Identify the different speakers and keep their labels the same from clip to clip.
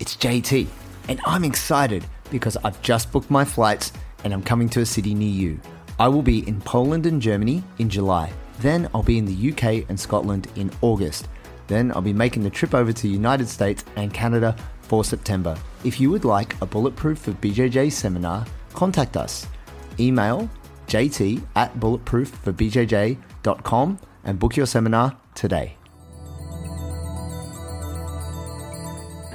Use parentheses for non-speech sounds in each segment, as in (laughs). Speaker 1: It's JT, and I'm excited because I've just booked my flights and I'm coming to a city near you. I will be in Poland and Germany in July. Then I'll be in the UK and Scotland in August. Then I'll be making the trip over to United States and Canada for September. If you would like a Bulletproof for BJJ seminar, contact us. Email jt at bulletproofforbjj.com and book your seminar today.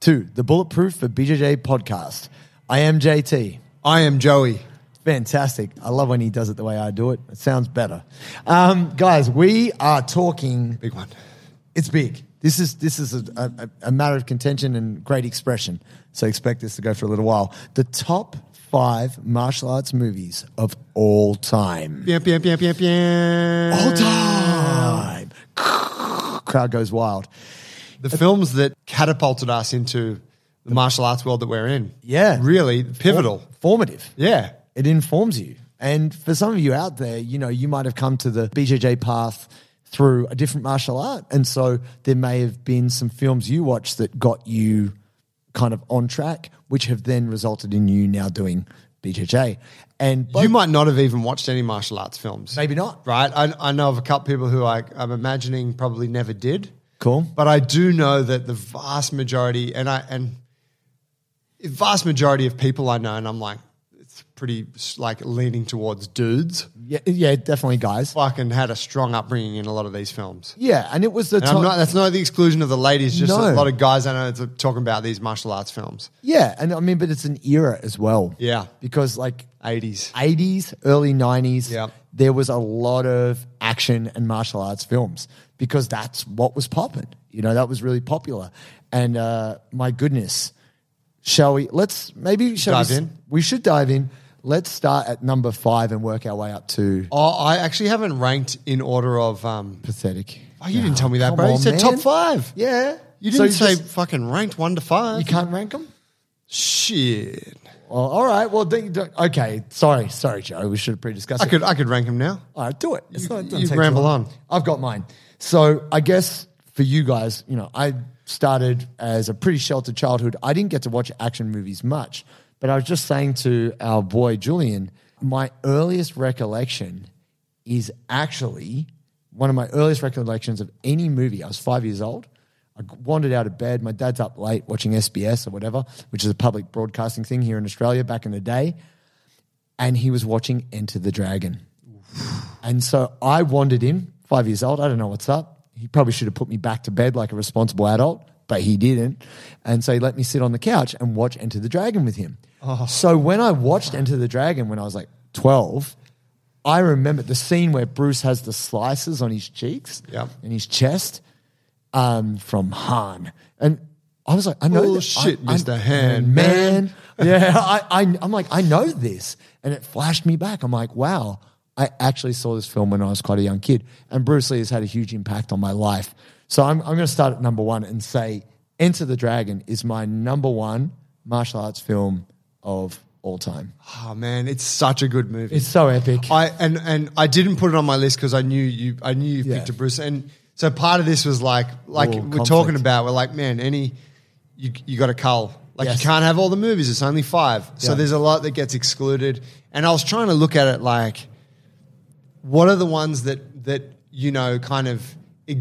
Speaker 2: to the Bulletproof for BJJ podcast. I am JT.
Speaker 3: I am Joey.
Speaker 2: Fantastic. I love when he does it the way I do it. It sounds better. Um, guys, we are talking.
Speaker 3: Big one.
Speaker 2: It's big. This is this is a, a, a matter of contention and great expression. So expect this to go for a little while. The top five martial arts movies of all time.
Speaker 3: Bam, bam, bam, bam, bam.
Speaker 2: All time. Crowd goes wild.
Speaker 3: The films that catapulted us into the martial arts world that we're in.
Speaker 2: Yeah.
Speaker 3: Really pivotal.
Speaker 2: Form- formative.
Speaker 3: Yeah.
Speaker 2: it informs you. And for some of you out there, you know, you might have come to the BJJ path through a different martial art. And so there may have been some films you watched that got you kind of on track, which have then resulted in you now doing BJJ. And
Speaker 3: you
Speaker 2: both-
Speaker 3: might not have even watched any martial arts films.
Speaker 2: Maybe not.
Speaker 3: Right? I, I know of a couple people who I, I'm imagining probably never did.
Speaker 2: Cool.
Speaker 3: But I do know that the vast majority, and I and the vast majority of people I know, and I'm like, it's pretty like leaning towards dudes.
Speaker 2: yeah, yeah, definitely, guys.
Speaker 3: Fucking had a strong upbringing in a lot of these films.
Speaker 2: Yeah, and it was the
Speaker 3: And I'm
Speaker 2: time.
Speaker 3: not, that's not the exclusion of the ladies. Just
Speaker 2: No.
Speaker 3: a lot of guys I know that's talking about these martial arts films.
Speaker 2: yeah, and I mean, but it's an era as well.
Speaker 3: Yeah.
Speaker 2: because like
Speaker 3: 80s.
Speaker 2: 80s, early 90s,
Speaker 3: Yeah.
Speaker 2: there was a lot of action and martial arts films because that's what was popping. You know, that was really popular. And uh, my goodness, shall we? Let's maybe shall
Speaker 3: Dive
Speaker 2: we, s-
Speaker 3: in?
Speaker 2: We should dive in. Let's start at number five and work our way up to
Speaker 3: Oh, I actually haven't ranked in order of. Um,
Speaker 2: pathetic.
Speaker 3: oh, you didn't tell me that,
Speaker 2: come
Speaker 3: bro. you
Speaker 2: on,
Speaker 3: said
Speaker 2: man.
Speaker 3: top five.
Speaker 2: Yeah,
Speaker 3: You
Speaker 2: So
Speaker 3: didn't say
Speaker 2: just-
Speaker 3: fucking ranked one to five.
Speaker 2: you can't rank them.
Speaker 3: Shit.
Speaker 2: Well, all right. Well, then, you don't- okay. Sorry, sorry, Joe. We should have pre-discussed.
Speaker 3: I
Speaker 2: it.
Speaker 3: could I could rank them now.
Speaker 2: All right, do it. It's not, it doesn't
Speaker 3: you
Speaker 2: take too
Speaker 3: ramble
Speaker 2: long.
Speaker 3: on.
Speaker 2: I've got mine. So I guess for you guys, you know, I started as a pretty sheltered childhood. I didn't get to watch action movies much, but I was just saying to our boy Julian, my earliest recollection is actually one of my earliest recollections of any movie. I was five years old. I wandered out of bed. My dad's up late watching SBS or whatever, which is a public broadcasting thing here in Australia back in the day. And he was watching Enter the Dragon. And so I wandered in, five years old. I don't know what's up. He probably should have put me back to bed like a responsible adult, but he didn't. And so he let me sit on the couch and watch Enter the Dragon with him. So when I watched Enter the Dragon when I was like 12, I remember the scene where Bruce has the slices on his cheeks
Speaker 3: Yep.
Speaker 2: and his chest um, from Han. And I was like, I know that-
Speaker 3: Bullshit,
Speaker 2: I- I-
Speaker 3: Mr. Oh, Han, man.
Speaker 2: (laughs) yeah, I, I, I'm like, I know this. And it flashed me back. I'm like, wow, I actually saw this film when I was quite a young kid. And Bruce Lee has had a huge impact on my life. So I'm, I'm going to start at number one and say Enter the Dragon is my number one martial arts film of all time.
Speaker 3: Oh man, it's such a good movie.
Speaker 2: It's so epic.
Speaker 3: I and and I didn't put it on my list because I knew you. I knew you
Speaker 2: Yeah.
Speaker 3: picked a Bruce, and so part of this was like like
Speaker 2: Little
Speaker 3: we're
Speaker 2: conflict.
Speaker 3: talking about. We're like, man, any you you got to cull. Like
Speaker 2: Yes.
Speaker 3: you can't have all the movies. It's only five, so
Speaker 2: Yeah.
Speaker 3: there's a lot that gets excluded. And I was trying to look at it like, what are the ones that that you know kind of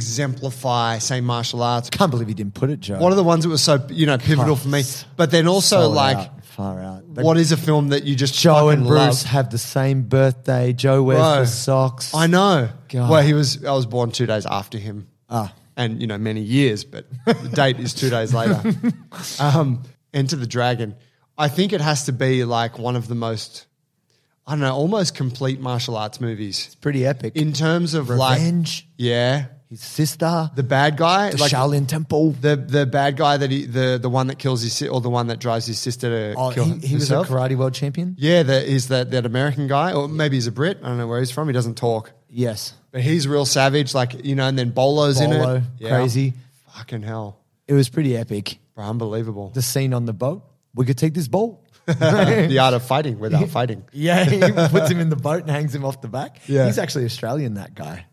Speaker 3: exemplify say martial arts?
Speaker 2: can't believe you didn't put it, Joe.
Speaker 3: What are the ones that were so you know pivotal for me? But then also
Speaker 2: Far
Speaker 3: like.
Speaker 2: out, far out.
Speaker 3: What is a film that you just
Speaker 2: Joe and
Speaker 3: fucking
Speaker 2: Bruce
Speaker 3: love?
Speaker 2: have the same birthday. Joe wears
Speaker 3: Bro,
Speaker 2: the socks.
Speaker 3: I know.
Speaker 2: God.
Speaker 3: Well, he was. I was born two days after him.
Speaker 2: Ah.
Speaker 3: and you know, many years, but the date is two
Speaker 2: (laughs)
Speaker 3: days later. um, Enter the Dragon. I think it has to be like one of the most, I don't know, almost complete martial arts movies
Speaker 2: Pretty epic.
Speaker 3: in terms of like,
Speaker 2: Revenge.
Speaker 3: yeah,
Speaker 2: his sister,
Speaker 3: The bad guy,
Speaker 2: the Shaolin Temple.
Speaker 3: the the bad guy that he, the the one that kills his si- or the one that drives his sister to
Speaker 2: Oh,
Speaker 3: kill
Speaker 2: he, he was a
Speaker 3: herself.
Speaker 2: karate world champion.
Speaker 3: Yeah, that is that that American guy, or maybe he's a Brit. I don't know where he's from. He doesn't talk,
Speaker 2: Yes,
Speaker 3: but he's real savage. Like you know, and then Bolo's in
Speaker 2: Bolo,
Speaker 3: it.
Speaker 2: crazy.
Speaker 3: fucking hell,
Speaker 2: it was pretty epic.
Speaker 3: bro, unbelievable.
Speaker 2: The scene on the boat. We could take this boat.
Speaker 3: (laughs)
Speaker 2: (laughs)
Speaker 3: the art of fighting without fighting.
Speaker 2: Yeah, he puts him in the boat and hangs him off the back.
Speaker 3: Yeah.
Speaker 2: He's actually Australian, that guy.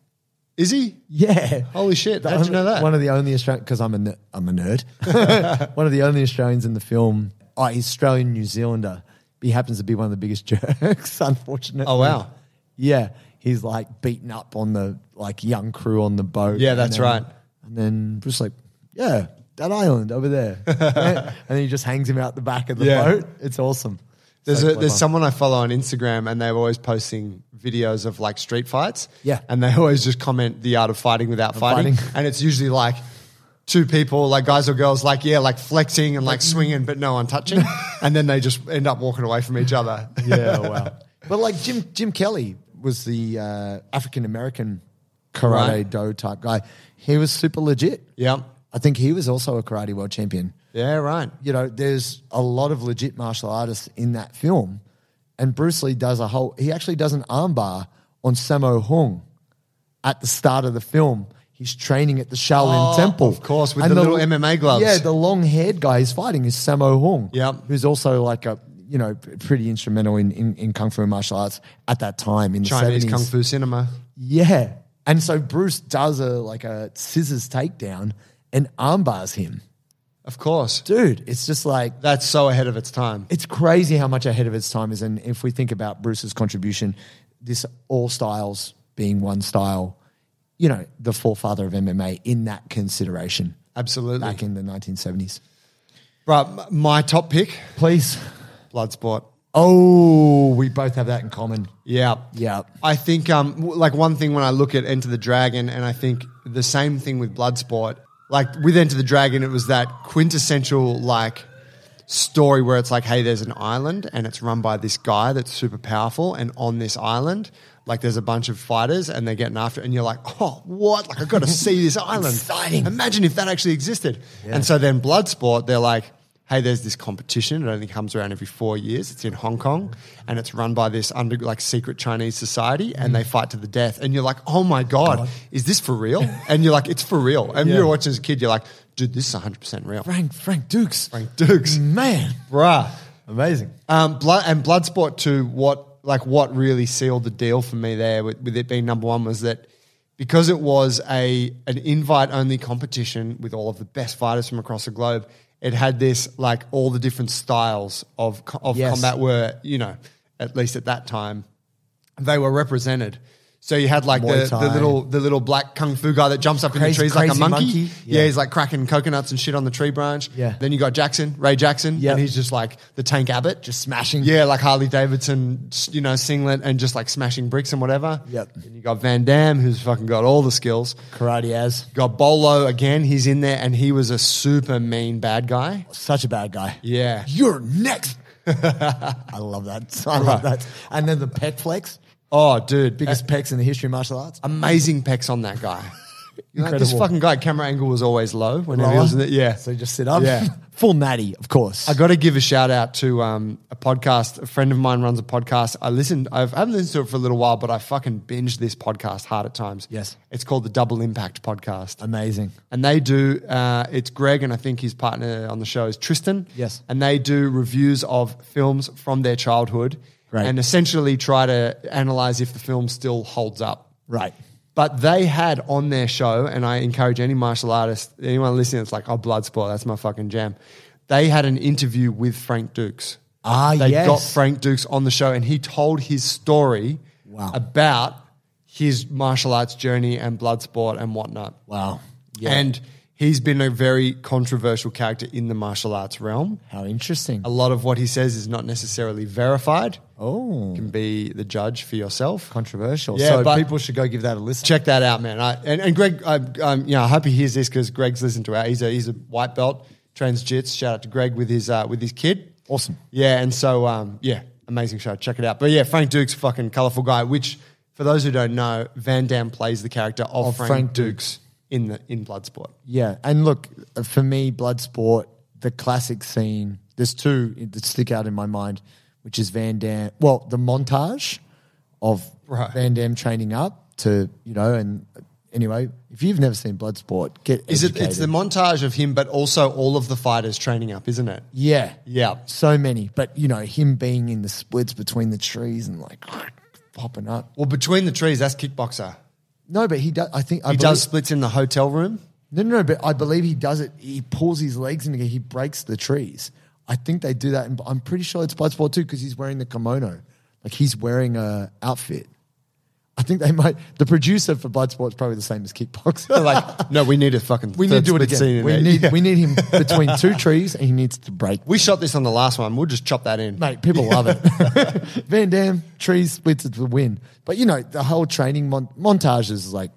Speaker 3: Is he?
Speaker 2: Yeah.
Speaker 3: Holy shit, how'd you know that?
Speaker 2: One of the only Australian, because I'm a, ner- I'm a nerd. (laughs) one of the only Australians in the film. Oh, he's Australian New Zealander. He happens to be one of the biggest (laughs) jerks, unfortunately.
Speaker 3: Oh, wow.
Speaker 2: Yeah. He's like beaten up on the like young crew on the boat.
Speaker 3: Yeah,
Speaker 2: And
Speaker 3: that's
Speaker 2: then-
Speaker 3: right.
Speaker 2: And then Bruce like, yeah, that island over there. (laughs) and then he just hangs him out the back of the
Speaker 3: Yeah.
Speaker 2: boat. It's awesome.
Speaker 3: There's
Speaker 2: So
Speaker 3: a, there's
Speaker 2: clever.
Speaker 3: someone I follow on Instagram, and they're always posting videos of like street fights.
Speaker 2: Yeah.
Speaker 3: and they always just comment the art of fighting without fighting.
Speaker 2: fighting.
Speaker 3: (laughs) and it's usually like two people, like guys or girls, like yeah, like flexing and like swinging, but no
Speaker 2: (laughs)
Speaker 3: one touching, and then they just end up walking away from each other.
Speaker 2: Yeah, wow. but like Jim Jim Kelly was the uh, African American karate
Speaker 3: Right.
Speaker 2: do type guy. He was super legit.
Speaker 3: Yeah.
Speaker 2: I think he was also a karate world champion.
Speaker 3: (laughs) yeah, right.
Speaker 2: You know, there's a lot of legit martial artists in that film, and Bruce Lee does a whole. He actually does an armbar on Sammo Hung at the start of the film. He's training at the Shaolin
Speaker 3: Oh,
Speaker 2: Temple,
Speaker 3: of course, with the little MMA gloves.
Speaker 2: Yeah, the long-haired guy he's fighting is Sammo Hung.
Speaker 3: Yep.
Speaker 2: who's also like a you know pretty instrumental in, in, in kung fu and martial arts at that time in
Speaker 3: Chinese
Speaker 2: the 70s.
Speaker 3: kung fu cinema.
Speaker 2: Yeah, and so Bruce does a like a scissors takedown and armbars him.
Speaker 3: Of course,
Speaker 2: Dude, it's just like
Speaker 3: that's so ahead of its time.
Speaker 2: it's crazy how much ahead of its time is. And if we think about Bruce's contribution, this all styles being one style, you know, the forefather of MMA in that consideration uh,
Speaker 3: Absolutely,
Speaker 2: back in the 1970s.
Speaker 3: right. m- My top pick,
Speaker 2: Please.
Speaker 3: Bloodsport.
Speaker 2: Oh, we both have that in common.
Speaker 3: Yeah.
Speaker 2: Yeah.
Speaker 3: I think, um, w- like one thing when I look at Enter the Dragon, and I think the same thing with Bloodsport. Like with Enter the Dragon, it was that quintessential like story where it's like, hey, there's an island and it's run by this guy that's super powerful, and on this island, like there's a bunch of fighters and they're getting after, it, and you're like, oh, what? Like I got to (laughs) see this island.
Speaker 2: Exciting.
Speaker 3: Imagine if that actually existed. And so then Bloodsport, they're like, hey, there's this competition. It only comes around every four years. It's in Hong Kong and it's run by this under like secret Chinese society and they fight to the death. And you're like, oh my God, is this for real? and you're like, it's for real. And you're watching as a kid, you're like, dude, this is 100% real.
Speaker 2: Frank, Frank Dukes.
Speaker 3: Frank Dukes.
Speaker 2: Man.
Speaker 3: Bruh.
Speaker 2: Amazing.
Speaker 3: Um, blood and Bloodsport too. What like what really sealed the deal for me there with, with it being number one was that because it was a an invite only competition with all of the best fighters from across the globe. It had this like all the different styles of co- of
Speaker 2: Yes.
Speaker 3: combat were you know at least at that time they were represented. So you had like the,
Speaker 2: Muay
Speaker 3: the
Speaker 2: Thai.
Speaker 3: little the little black kung fu guy that jumps up in the
Speaker 2: Crazy-
Speaker 3: trees like a
Speaker 2: crazy
Speaker 3: monkey.
Speaker 2: monkey.
Speaker 3: Yeah.
Speaker 2: Yeah.
Speaker 3: he's like cracking coconuts and shit on the tree branch.
Speaker 2: Yeah.
Speaker 3: Then you got Jackson, Ray Jackson,
Speaker 2: Yeah.
Speaker 3: and he's just like the Tank Abbott,
Speaker 2: Just smashing.
Speaker 3: yeah, like Harley Davidson, s- you know, singlet and just like smashing bricks and whatever.
Speaker 2: Yep.
Speaker 3: And you got Van Damme, who's fucking got all the skills.
Speaker 2: Karate as.
Speaker 3: You got Bolo again, he's in there and he was a super mean bad guy.
Speaker 2: Such a bad guy.
Speaker 3: Yeah.
Speaker 2: You're
Speaker 3: (laughs)
Speaker 2: next. I love that. I love that. And then the pec flex.
Speaker 3: Oh, dude.
Speaker 2: (laughs)
Speaker 3: Biggest
Speaker 2: Biggest pecs in the history of martial arts.
Speaker 3: amazing pecs on
Speaker 2: (laughs)
Speaker 3: that guy. You're like, this
Speaker 2: Incredible.
Speaker 3: fucking guy, camera angle was always low whenever he was in it. Yeah.
Speaker 2: So you just sit up.
Speaker 3: Yeah.
Speaker 2: (laughs) Full natty, of course.
Speaker 3: I got to give a shout out to um, a podcast. A friend of mine runs a podcast. I listened. I've, I haven't listened to it for a little while, but I fucking binged this podcast hard at times.
Speaker 2: Yes.
Speaker 3: it's called the Double Impact Podcast.
Speaker 2: Amazing.
Speaker 3: and they do. Uh, it's Greg and I think his partner on the show is Tristan.
Speaker 2: Yes.
Speaker 3: and they do reviews of films from their childhood,
Speaker 2: Right.
Speaker 3: and essentially try to analyze if the film still holds up.
Speaker 2: Right.
Speaker 3: But they had on their show, and I encourage any martial artist, anyone listening, that's like, oh, Bloodsport, that's my fucking jam. They had an interview with Frank Dukes.
Speaker 2: Ah,
Speaker 3: they
Speaker 2: yes.
Speaker 3: got Frank Dukes on the show, and he told his story
Speaker 2: Wow.
Speaker 3: about his martial arts journey and Bloodsport and whatnot.
Speaker 2: Wow.
Speaker 3: And he's been a very controversial character in the martial arts realm.
Speaker 2: How interesting.
Speaker 3: A lot of what he says is not necessarily verified.
Speaker 2: Oh.
Speaker 3: You can be the judge for yourself.
Speaker 2: Controversial.
Speaker 3: Yeah,
Speaker 2: so
Speaker 3: but-
Speaker 2: people should go give that a listen.
Speaker 3: Check that out, man. I, and, and Greg, I, um, you know, I hope he hears this because Greg's listened to it. He's a he's a white belt, trans jits. Shout out to Greg with his uh, with his kid.
Speaker 2: Awesome.
Speaker 3: Yeah, and so um, yeah, amazing show. Check it out. But yeah, Frank Duke's a fucking colorful guy. Which for those who don't know, Van Damme plays the character of,
Speaker 2: Of
Speaker 3: Frank,
Speaker 2: Frank
Speaker 3: Dukes. in the in Bloodsport.
Speaker 2: Yeah, and look, uh, for me, Bloodsport, the classic scene. There's two that stick out in my mind, which is Van Damme. Well, the montage of
Speaker 3: Right.
Speaker 2: Van Damme training up to you know, and anyway, if you've never seen Bloodsport, get
Speaker 3: Is it? It's
Speaker 2: educated.
Speaker 3: the montage of him, but also all of the fighters training up, isn't it?
Speaker 2: yeah
Speaker 3: Yeah.
Speaker 2: so many, but you know him being in the splits between the trees and like (laughs) popping up.
Speaker 3: Well, between the trees, that's kickboxer.
Speaker 2: No, but he does. I think I
Speaker 3: He
Speaker 2: believe-
Speaker 3: does splits in the hotel room.
Speaker 2: No, no, no, but I believe he does it. He pulls his legs in again. He breaks the trees. I think they do that. And I'm pretty sure it's Bloodsport too because he's wearing the kimono. Like he's wearing a outfit. I think they might. The producer for Bloodsport is probably the same as Kickboxer. (laughs)
Speaker 3: They're like, (laughs) no, we need a fucking.
Speaker 2: we need to
Speaker 3: third
Speaker 2: do it
Speaker 3: split
Speaker 2: again.
Speaker 3: scene in
Speaker 2: We
Speaker 3: there."
Speaker 2: need
Speaker 3: Yeah.
Speaker 2: we need
Speaker 3: (laughs)
Speaker 2: him between two trees, and he needs to break.
Speaker 3: We shot this on the last one. We'll just chop that in.
Speaker 2: Mate, people love it. (laughs) Van Damme trees splits it to win. But you know the whole training mon- montage is like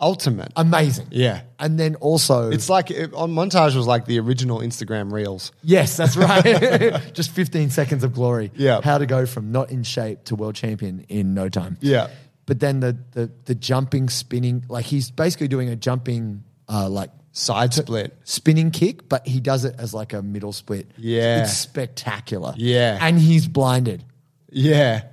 Speaker 3: Ultimate.
Speaker 2: amazing.
Speaker 3: Yeah.
Speaker 2: and then also
Speaker 3: It's like it, on montage was like the original Instagram reels.
Speaker 2: Yes, that's right. (laughs) Just 15 seconds of glory.
Speaker 3: Yeah.
Speaker 2: How to go from not in shape to world champion in no time.
Speaker 3: Yeah.
Speaker 2: But then the the, the jumping, spinning, like he's basically doing a jumping, uh, like
Speaker 3: Side split.
Speaker 2: spinning kick, but he does it as like a middle split.
Speaker 3: Yeah.
Speaker 2: It's spectacular.
Speaker 3: Yeah.
Speaker 2: And he's blinded.
Speaker 3: Yeah.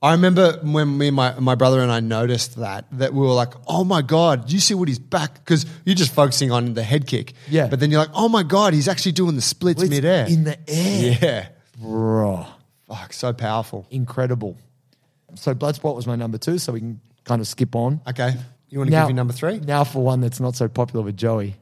Speaker 3: I remember when me and my, my brother and I noticed that, that we were like, oh my God, you see what he's back? Because you're just focusing on the head kick.
Speaker 2: Yeah.
Speaker 3: But then you're like, oh my God, he's actually doing the splits
Speaker 2: Blitz
Speaker 3: midair.
Speaker 2: In the air.
Speaker 3: yeah.
Speaker 2: Bro.
Speaker 3: Fuck, so powerful.
Speaker 2: Incredible. So Bloodsport was my number two, so we can kind of skip on.
Speaker 3: Okay. You want to give me number three?
Speaker 2: Now for one that's not so popular with Joey.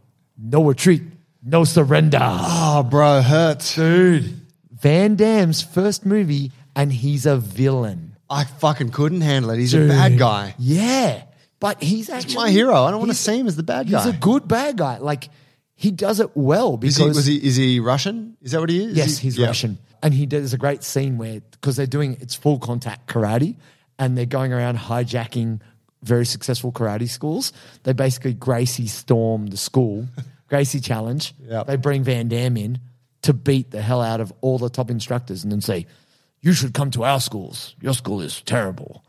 Speaker 2: No retreat, no surrender.
Speaker 3: Oh, bro, hurts. Dude.
Speaker 2: Van Damme's first movie, and he's a villain.
Speaker 3: I fucking couldn't handle it. He's a bad guy.
Speaker 2: Yeah, but he's actually
Speaker 3: my hero. I don't wanna
Speaker 2: he's-
Speaker 3: see him as the bad guy.
Speaker 2: He's a good bad guy. Like he does it well
Speaker 3: Is
Speaker 2: because
Speaker 3: he, was he, is he Russian? Is that what he is?
Speaker 2: yes,
Speaker 3: Is he-
Speaker 2: he's
Speaker 3: yeah.
Speaker 2: Russian, and he does a great scene where because they're doing it's full contact karate, and they're going around hijacking very successful karate schools. They basically Gracie storm the school, Gracie challenge.
Speaker 3: Yep.
Speaker 2: They bring Van Damme in to beat the hell out of all the top instructors, and then say, "You should come to our schools. Your school is terrible."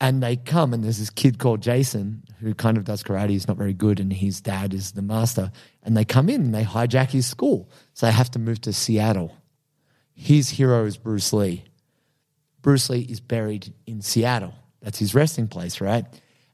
Speaker 2: And they come, and there's this kid called Jason who kind of does karate. He's not very good, and his dad is the master. And they come in and they hijack his school. So they have to move to Seattle. His hero is Bruce Lee. Bruce Lee is buried in Seattle. That's his resting place, right?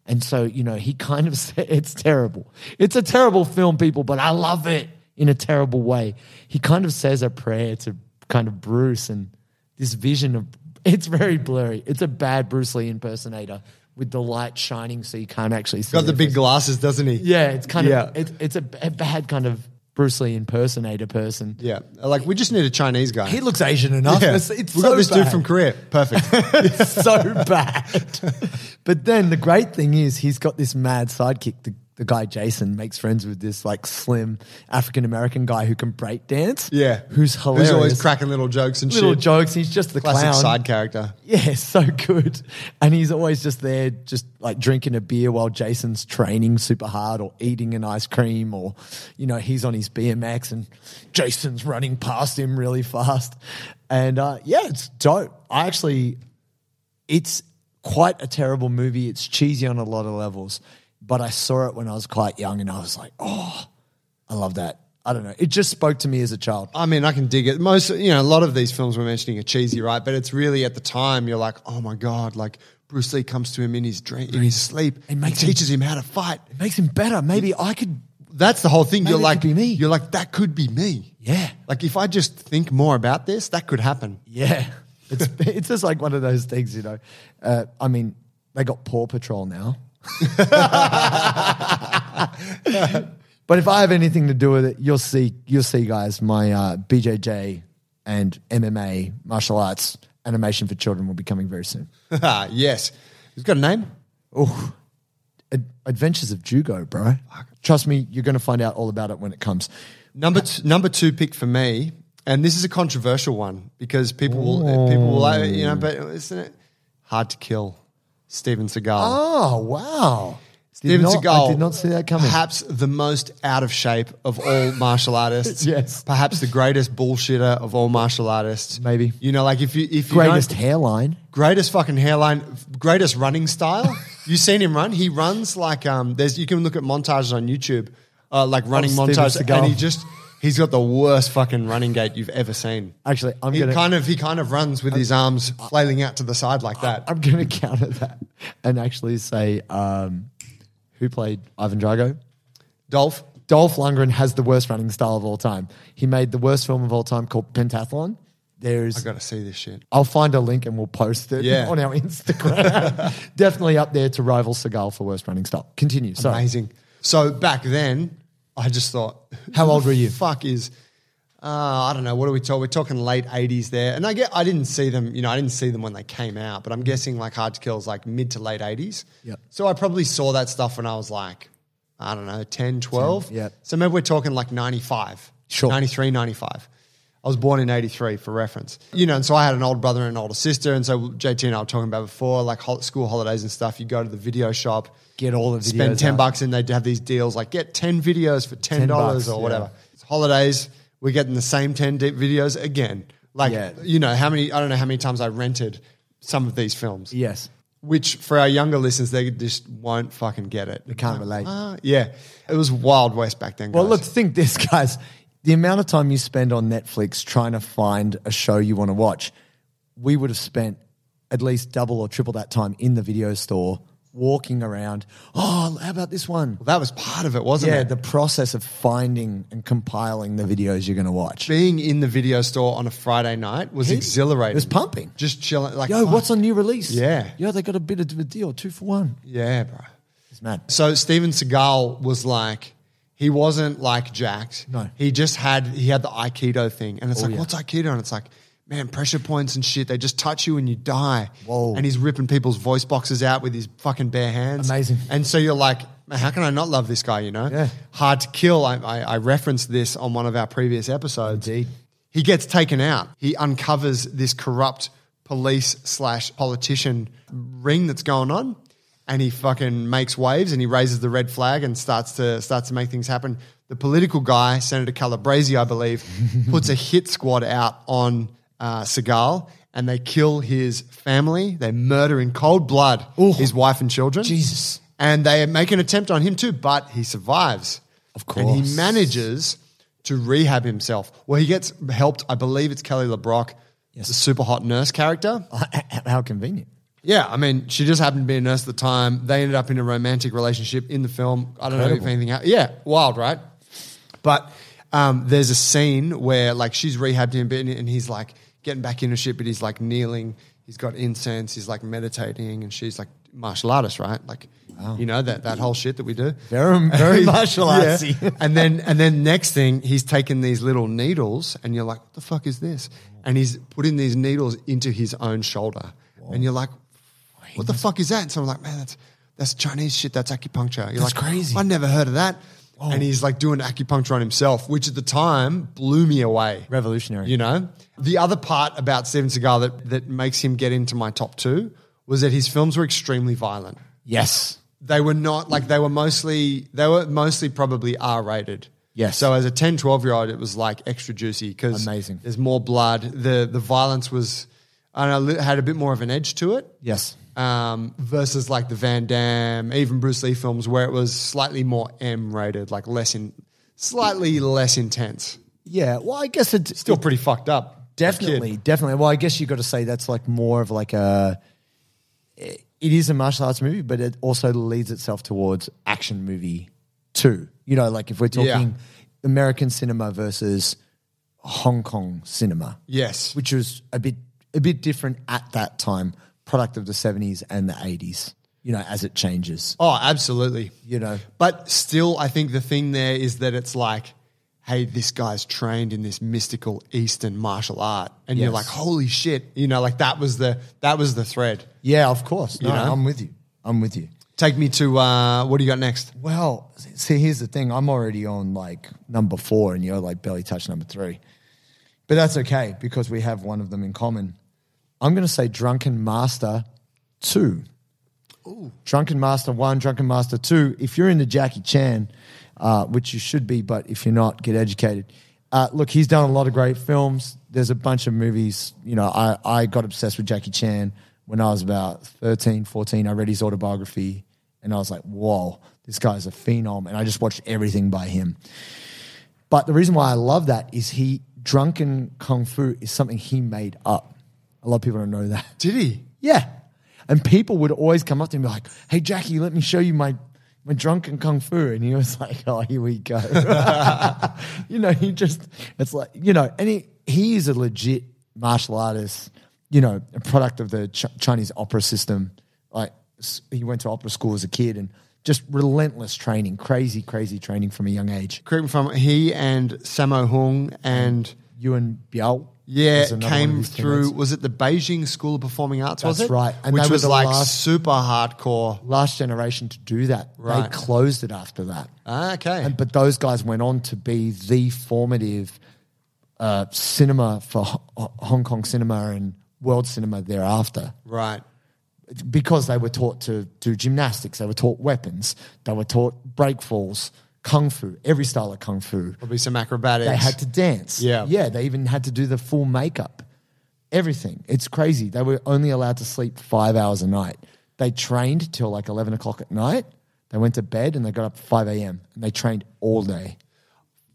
Speaker 2: And so, you know, he (laughs) kind of said, it's terrible. It's a terrible film, people, but I love it in a terrible way. He kind of says a prayer to kind of Bruce and this vision of it's very blurry. It's a bad Bruce Lee impersonator with the light shining so you can't actually see.
Speaker 3: Got the
Speaker 2: their
Speaker 3: big
Speaker 2: face.
Speaker 3: glasses, doesn't he?
Speaker 2: Yeah, it's kind
Speaker 3: Yeah.
Speaker 2: of, it's, it's a, a bad kind of Bruce Lee impersonator person.
Speaker 3: Yeah. Like, we just need a Chinese guy.
Speaker 2: He looks Asian enough.
Speaker 3: Yeah.
Speaker 2: It's, it's
Speaker 3: we
Speaker 2: so
Speaker 3: got this dude
Speaker 2: bad.
Speaker 3: from Korea.
Speaker 2: (laughs)
Speaker 3: Perfect. (laughs)
Speaker 2: It's so bad. But then the great thing is he's got this mad sidekick. The, the guy Jason makes friends with this like slim African American guy who can break dance.
Speaker 3: yeah.
Speaker 2: who's hilarious.
Speaker 3: Who's always cracking little jokes and
Speaker 2: little
Speaker 3: shit.
Speaker 2: jokes. He's just the
Speaker 3: Classic
Speaker 2: clown.
Speaker 3: side character.
Speaker 2: Yeah, (laughs) so good. And he's always just there, just like drinking a beer while Jason's training super hard or eating an ice cream or, you know, he's on his BMX and Jason's running past him really fast. And uh, yeah, it's dope. I actually, it's quite a terrible movie. It's cheesy on a lot of levels, but I saw it when I was quite young and I was like, oh, I love that. I don't know. It just spoke to me as a child.
Speaker 3: I mean, I can dig it. Most, you know, a lot of these films we're mentioning are cheesy, right? But it's really at the time you're like, oh my god, like Bruce Lee comes to him in his dream, in his sleep,
Speaker 2: It makes
Speaker 3: He
Speaker 2: him-
Speaker 3: teaches him how to fight.
Speaker 2: It makes him better. Maybe I could.
Speaker 3: That's the whole thing.
Speaker 2: Maybe
Speaker 3: you're
Speaker 2: it
Speaker 3: like,
Speaker 2: could be me.
Speaker 3: you're like, that could be me.
Speaker 2: Yeah.
Speaker 3: Like if I just think more about this, that could happen. (laughs)
Speaker 2: Yeah, (laughs) it's it's just like one of those things, you know. Uh, I mean, they got Paw Patrol now, (laughs) but if I have anything to do with it, you'll see, you'll see, guys. My uh, BJJ and MMA martial arts animation for children will be coming very soon.
Speaker 3: Ah, yes. He's got a name.
Speaker 2: Ad- Adventures of Jugo, bro. Trust me, you're going to find out all about it when it comes.
Speaker 3: Number t- number two pick for me, and this is a controversial one because people will people will uh, you know, but isn't it hard to kill? Steven Seagal.
Speaker 2: Oh wow, Did
Speaker 3: Steven
Speaker 2: not-
Speaker 3: Seagal.
Speaker 2: I did not see that coming.
Speaker 3: Perhaps the most out of shape of
Speaker 2: (laughs)
Speaker 3: all martial artists.
Speaker 2: Yes.
Speaker 3: Perhaps the greatest bullshitter of all martial artists.
Speaker 2: Maybe.
Speaker 3: You know, like if you if you
Speaker 2: Greatest
Speaker 3: don't-
Speaker 2: hairline. (laughs)
Speaker 3: greatest fucking hairline, greatest running style. You seen him run? He runs like um. There's you can look at montages on YouTube, uh, like running
Speaker 2: Oh, Steven
Speaker 3: montages,
Speaker 2: Seagal.
Speaker 3: and he just he's got the worst fucking running gait you've ever seen.
Speaker 2: Actually, I'm
Speaker 3: he
Speaker 2: gonna-
Speaker 3: kind of he kind of runs with his arms flailing out to the side like that.
Speaker 2: I'm going to counter that and actually say um, who played Ivan Drago?
Speaker 3: Dolph,
Speaker 2: Dolph Lundgren has the worst running style of all time. He made the worst film of all time called Pentathlon.
Speaker 3: I
Speaker 2: There's,
Speaker 3: gotta see this shit.
Speaker 2: I'll find a link and we'll post it (laughs)
Speaker 3: Yeah.
Speaker 2: on our
Speaker 3: (laughs)
Speaker 2: Instagram. Definitely up there to rival Seagal for worst running style. Continue. Sorry.
Speaker 3: Amazing. So back then, I just thought,
Speaker 2: How old were you?
Speaker 3: Fuck is. Uh, I don't know. What are we talking? We're talking late eighties there, and I get I didn't see them. You know, I didn't see them when they came out, but I'm guessing like Hard to Kill is like mid to late eighties.
Speaker 2: Mm. Yep.
Speaker 3: So I probably saw that stuff when I was like, I don't know, 10, 12.
Speaker 2: 10, yep.
Speaker 3: So maybe we're talking like 95.
Speaker 2: Sure.
Speaker 3: 93, 95. I was born in 83 for reference. You know, and so I had an older brother and an older sister. And so JT and I were talking about before, like hol- school holidays and stuff. You go to the video shop,
Speaker 2: Get all the videos
Speaker 3: spend 10
Speaker 2: out.
Speaker 3: bucks, and they'd have these deals like get 10 videos for $10
Speaker 2: bucks,
Speaker 3: or
Speaker 2: yeah.
Speaker 3: whatever. It's holidays, we're getting the same 10 di- videos again. Like,
Speaker 2: Yeah.
Speaker 3: you know, how many, I don't know how many times I rented some of these films
Speaker 2: Yes.
Speaker 3: which for our younger listeners, they just won't fucking get it. They
Speaker 2: can't relate.
Speaker 3: yeah, it was Wild West back then. Guys.
Speaker 2: Well, look, think this, (laughs) guys. The amount of time you spend on Netflix trying to find a show you want to watch, we would have spent at least double or triple that time in the video store walking around. Oh, how about this one?
Speaker 3: that was part of it, wasn't
Speaker 2: Yeah,
Speaker 3: it?
Speaker 2: the process of finding and compiling the videos you're going to watch.
Speaker 3: Being in the video store on a Friday night was
Speaker 2: It-
Speaker 3: exhilarating.
Speaker 2: it was pumping.
Speaker 3: Just chilling. Like,
Speaker 2: Yo,
Speaker 3: fuck.
Speaker 2: what's on new release?
Speaker 3: Yeah.
Speaker 2: Yo, they got a bit of a deal, two for one.
Speaker 3: Yeah, bro.
Speaker 2: It's mad. (laughs)
Speaker 3: So Steven Seagal was like, he wasn't like jacked.
Speaker 2: No. Oh,
Speaker 3: He just had, he had the Aikido thing. And it's like,
Speaker 2: yeah.
Speaker 3: what's Aikido? And it's like, man, pressure points and shit. They just touch you and you die.
Speaker 2: Whoa.
Speaker 3: And he's ripping people's voice boxes out with his fucking bare hands.
Speaker 2: Amazing.
Speaker 3: And so you're like, man, how can I not love this guy, you know?
Speaker 2: Yeah.
Speaker 3: Hard to kill. I, I, I referenced this on one of our previous episodes.
Speaker 2: Indeed.
Speaker 3: He gets taken out. He uncovers this corrupt police slash politician ring that's going on, and he fucking makes waves and he raises the red flag and starts to starts to make things happen. The political guy, Senator Calabresi,
Speaker 2: (laughs)
Speaker 3: I believe, puts a hit squad out on uh, Seagal, and they kill his family. They murder in cold blood his wife and children.
Speaker 2: Jesus.
Speaker 3: And they make an attempt on him too, but he survives.
Speaker 2: Of
Speaker 3: And
Speaker 2: course.
Speaker 3: he manages to rehab himself. Well, he gets helped. I believe it's Kelly LeBrock,
Speaker 2: Yes.
Speaker 3: the super hot nurse character.
Speaker 2: How convenient.
Speaker 3: Yeah, I mean, she just happened to be a nurse at the time. They ended up in a romantic relationship in the film. I don't know
Speaker 2: Incredible.
Speaker 3: if anything happened. Yeah, wild, right? But um, there's a scene where like she's rehabbed him a bit, and he's like getting back into shit, but he's like kneeling. He's got incense. He's like meditating, and she's like martial artist, right? Like, you know that that whole shit that we do. (laughs)
Speaker 2: Very- very martial
Speaker 3: Yeah.
Speaker 2: artsy.
Speaker 3: (laughs) and then and then next thing he's taken these little needles and you're like what the fuck is this and he's putting these needles into his own shoulder and you're like what the fuck is that and so i'm like man that's that's chinese shit that's acupuncture you're
Speaker 2: That's
Speaker 3: like
Speaker 2: crazy.
Speaker 3: i never heard of that and he's like doing acupuncture on himself which at the time blew me away
Speaker 2: Revolutionary.
Speaker 3: you know the other part about steven seagal that, that makes him get into my top two was that his films were extremely violent
Speaker 2: Yes.
Speaker 3: they were not like they were mostly they were mostly probably R rated.
Speaker 2: Yes.
Speaker 3: So as a 10, 12 year old, it was like extra juicy because
Speaker 2: Amazing.
Speaker 3: There's more blood. The the violence was I don't know li- had a bit more of an edge to it.
Speaker 2: Yes.
Speaker 3: Um, versus like the Van Damme, even Bruce Lee films where it was slightly more M rated, like less in slightly less intense.
Speaker 2: Yeah. Well, I guess it's
Speaker 3: Still pretty fucked up. as a
Speaker 2: Uh,
Speaker 3: kid.
Speaker 2: Definitely, definitely. Well, I guess you got to say that's like more of like a. It is a martial arts movie, but it also leads itself towards action movie too. You know, like if we're talking
Speaker 3: Yeah.
Speaker 2: American cinema versus Hong Kong cinema,
Speaker 3: Yes.
Speaker 2: which was a bit a bit different at that time, product of the seventies and the eighties. You know, as it changes,
Speaker 3: Oh, absolutely.
Speaker 2: You know.
Speaker 3: But still, I think the thing there is that it's like, hey, this guy's trained in this mystical Eastern martial art. And you're
Speaker 2: Yes.
Speaker 3: like, holy shit. You know, like that was the that was the thread.
Speaker 2: yeah, of course. No,
Speaker 3: You know?
Speaker 2: I'm with you. I'm with you.
Speaker 3: Take me to uh what do you got next?
Speaker 2: Well, see, here's the thing. I'm already on like number four, and you're like barely touch number three. But that's okay because we have one of them in common. I'm going to say Drunken Master 2. Drunken Master 1, Drunken Master 2. If you're into Jackie Chan, uh, which you should be, but if you're not, get educated. Uh, look, he's done a lot of great films. There's a bunch of movies. You know, I, I got obsessed with Jackie Chan when I was about 13, 14. I read his autobiography and I was like, whoa, this guy's a phenom. And I just watched everything by him. But the reason why I love that is he, drunken kung fu is something he made up. A lot of people don't know that.
Speaker 3: Did he?
Speaker 2: Yeah. And people would always come up to him and be like, hey, Jackie, let me show you my, my drunken kung fu. And he was (laughs) like, oh, here we go. you know, he just, it's like, you know, and he, he is a legit martial artist, you know, a product of the Ch- Chinese opera system. Like, s- he went to opera school as a kid and just relentless training, crazy, crazy training from a young age.
Speaker 3: Correct me if I'm he and Sammo Hung and
Speaker 2: Yuan Biao.
Speaker 3: yeah
Speaker 2: is another one of
Speaker 3: came
Speaker 2: his
Speaker 3: through.
Speaker 2: teammates.
Speaker 3: Was it the Beijing School of Performing Arts? was
Speaker 2: That's
Speaker 3: it?
Speaker 2: right. And
Speaker 3: which
Speaker 2: they were
Speaker 3: was
Speaker 2: the
Speaker 3: like
Speaker 2: last-
Speaker 3: super hardcore.
Speaker 2: last generation to do that. They
Speaker 3: Right.
Speaker 2: closed it after that.
Speaker 3: Ah, okay.
Speaker 2: And, but those guys went on to be the formative uh, cinema for Ho- Ho- Hong Kong cinema and world cinema thereafter
Speaker 3: right.
Speaker 2: because they were taught to do gymnastics, they were taught weapons, they were taught break falls, kung fu, every style of kung fu.
Speaker 3: Probably some acrobatics.
Speaker 2: They had to dance.
Speaker 3: Yeah.
Speaker 2: Yeah. They even had to do the full makeup. Everything. It's crazy. They were only allowed to sleep five hours a night. They trained till like 11 o'clock at night. They went to bed and they got up at 5 a.m. and they trained all day.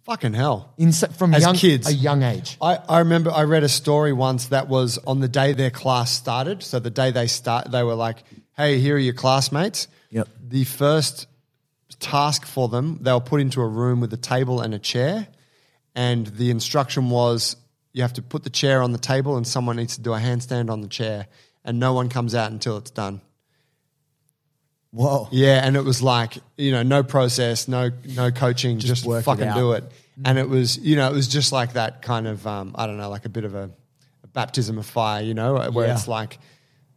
Speaker 3: Fucking hell.
Speaker 2: In, from
Speaker 3: As
Speaker 2: young,
Speaker 3: kids.
Speaker 2: a young age.
Speaker 3: I, I remember I read a story once that was on the day their class started. So the day they start, they were like, "Hey, here are your classmates."
Speaker 2: Yep.
Speaker 3: The first task for them, they were put into a room with a table and a chair, and the instruction was, "You have to put the chair on the table, and someone needs to do a handstand on the chair, and no one comes out until it's done."
Speaker 2: Whoa.
Speaker 3: Yeah, and it was like you know, no process, no no coaching, just,
Speaker 2: work it
Speaker 3: fucking
Speaker 2: out.
Speaker 3: do it. And it was you know, it was just like that kind of um, I don't know, like a bit of a, a baptism of fire, you know, where
Speaker 2: Yeah.
Speaker 3: it's like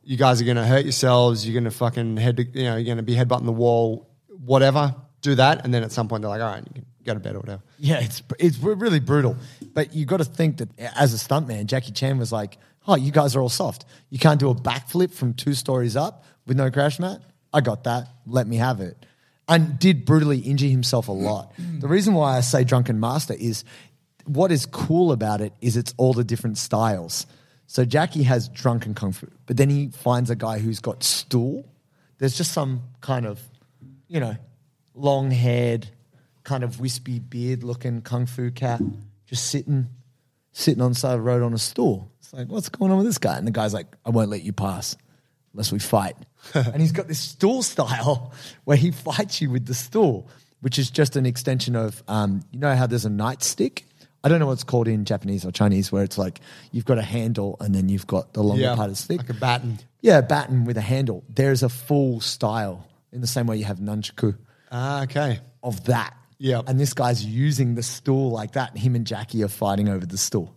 Speaker 3: you guys are going to hurt yourselves, you're going to fucking head, to, you know, you're going to be headbutting the wall, whatever. Do that, and then at some point they're like, all right, you can go to bed or whatever.
Speaker 2: Yeah, it's it's really brutal. But you got to think that as a stuntman, Jackie Chan was like, "Oh, you guys are all soft. You can't do a backflip from two stories up with no crash mat. I got that. Let me have it." And did brutally injure himself a lot. The reason why I say drunken master is what is cool about it is it's all the different styles. So Jackie has drunken kung fu, but then he finds a guy who's got stool. There's just some kind of, you know, long haired, kind of wispy beard looking kung fu cat just sitting, sitting on the side of the road on a stool. It's like, what's going on with this guy? And the guy's like, I won't let you pass unless we
Speaker 3: (laughs)
Speaker 2: fight. and he's got this stool style where he fights you with the stool, which is just an extension of, um, you know how there's a nightstick? I don't know what's called in Japanese or Chinese, where it's like you've got a handle and then you've got the longer
Speaker 3: Yeah,
Speaker 2: part of the stick.
Speaker 3: like a baton.
Speaker 2: Yeah, a baton with a handle. There's a full style in the same way you have nunchaku
Speaker 3: Ah, okay. (laughs)
Speaker 2: of that.
Speaker 3: Yeah.
Speaker 2: And this guy's using the stool like that. and Him and Jackie are fighting over the stool.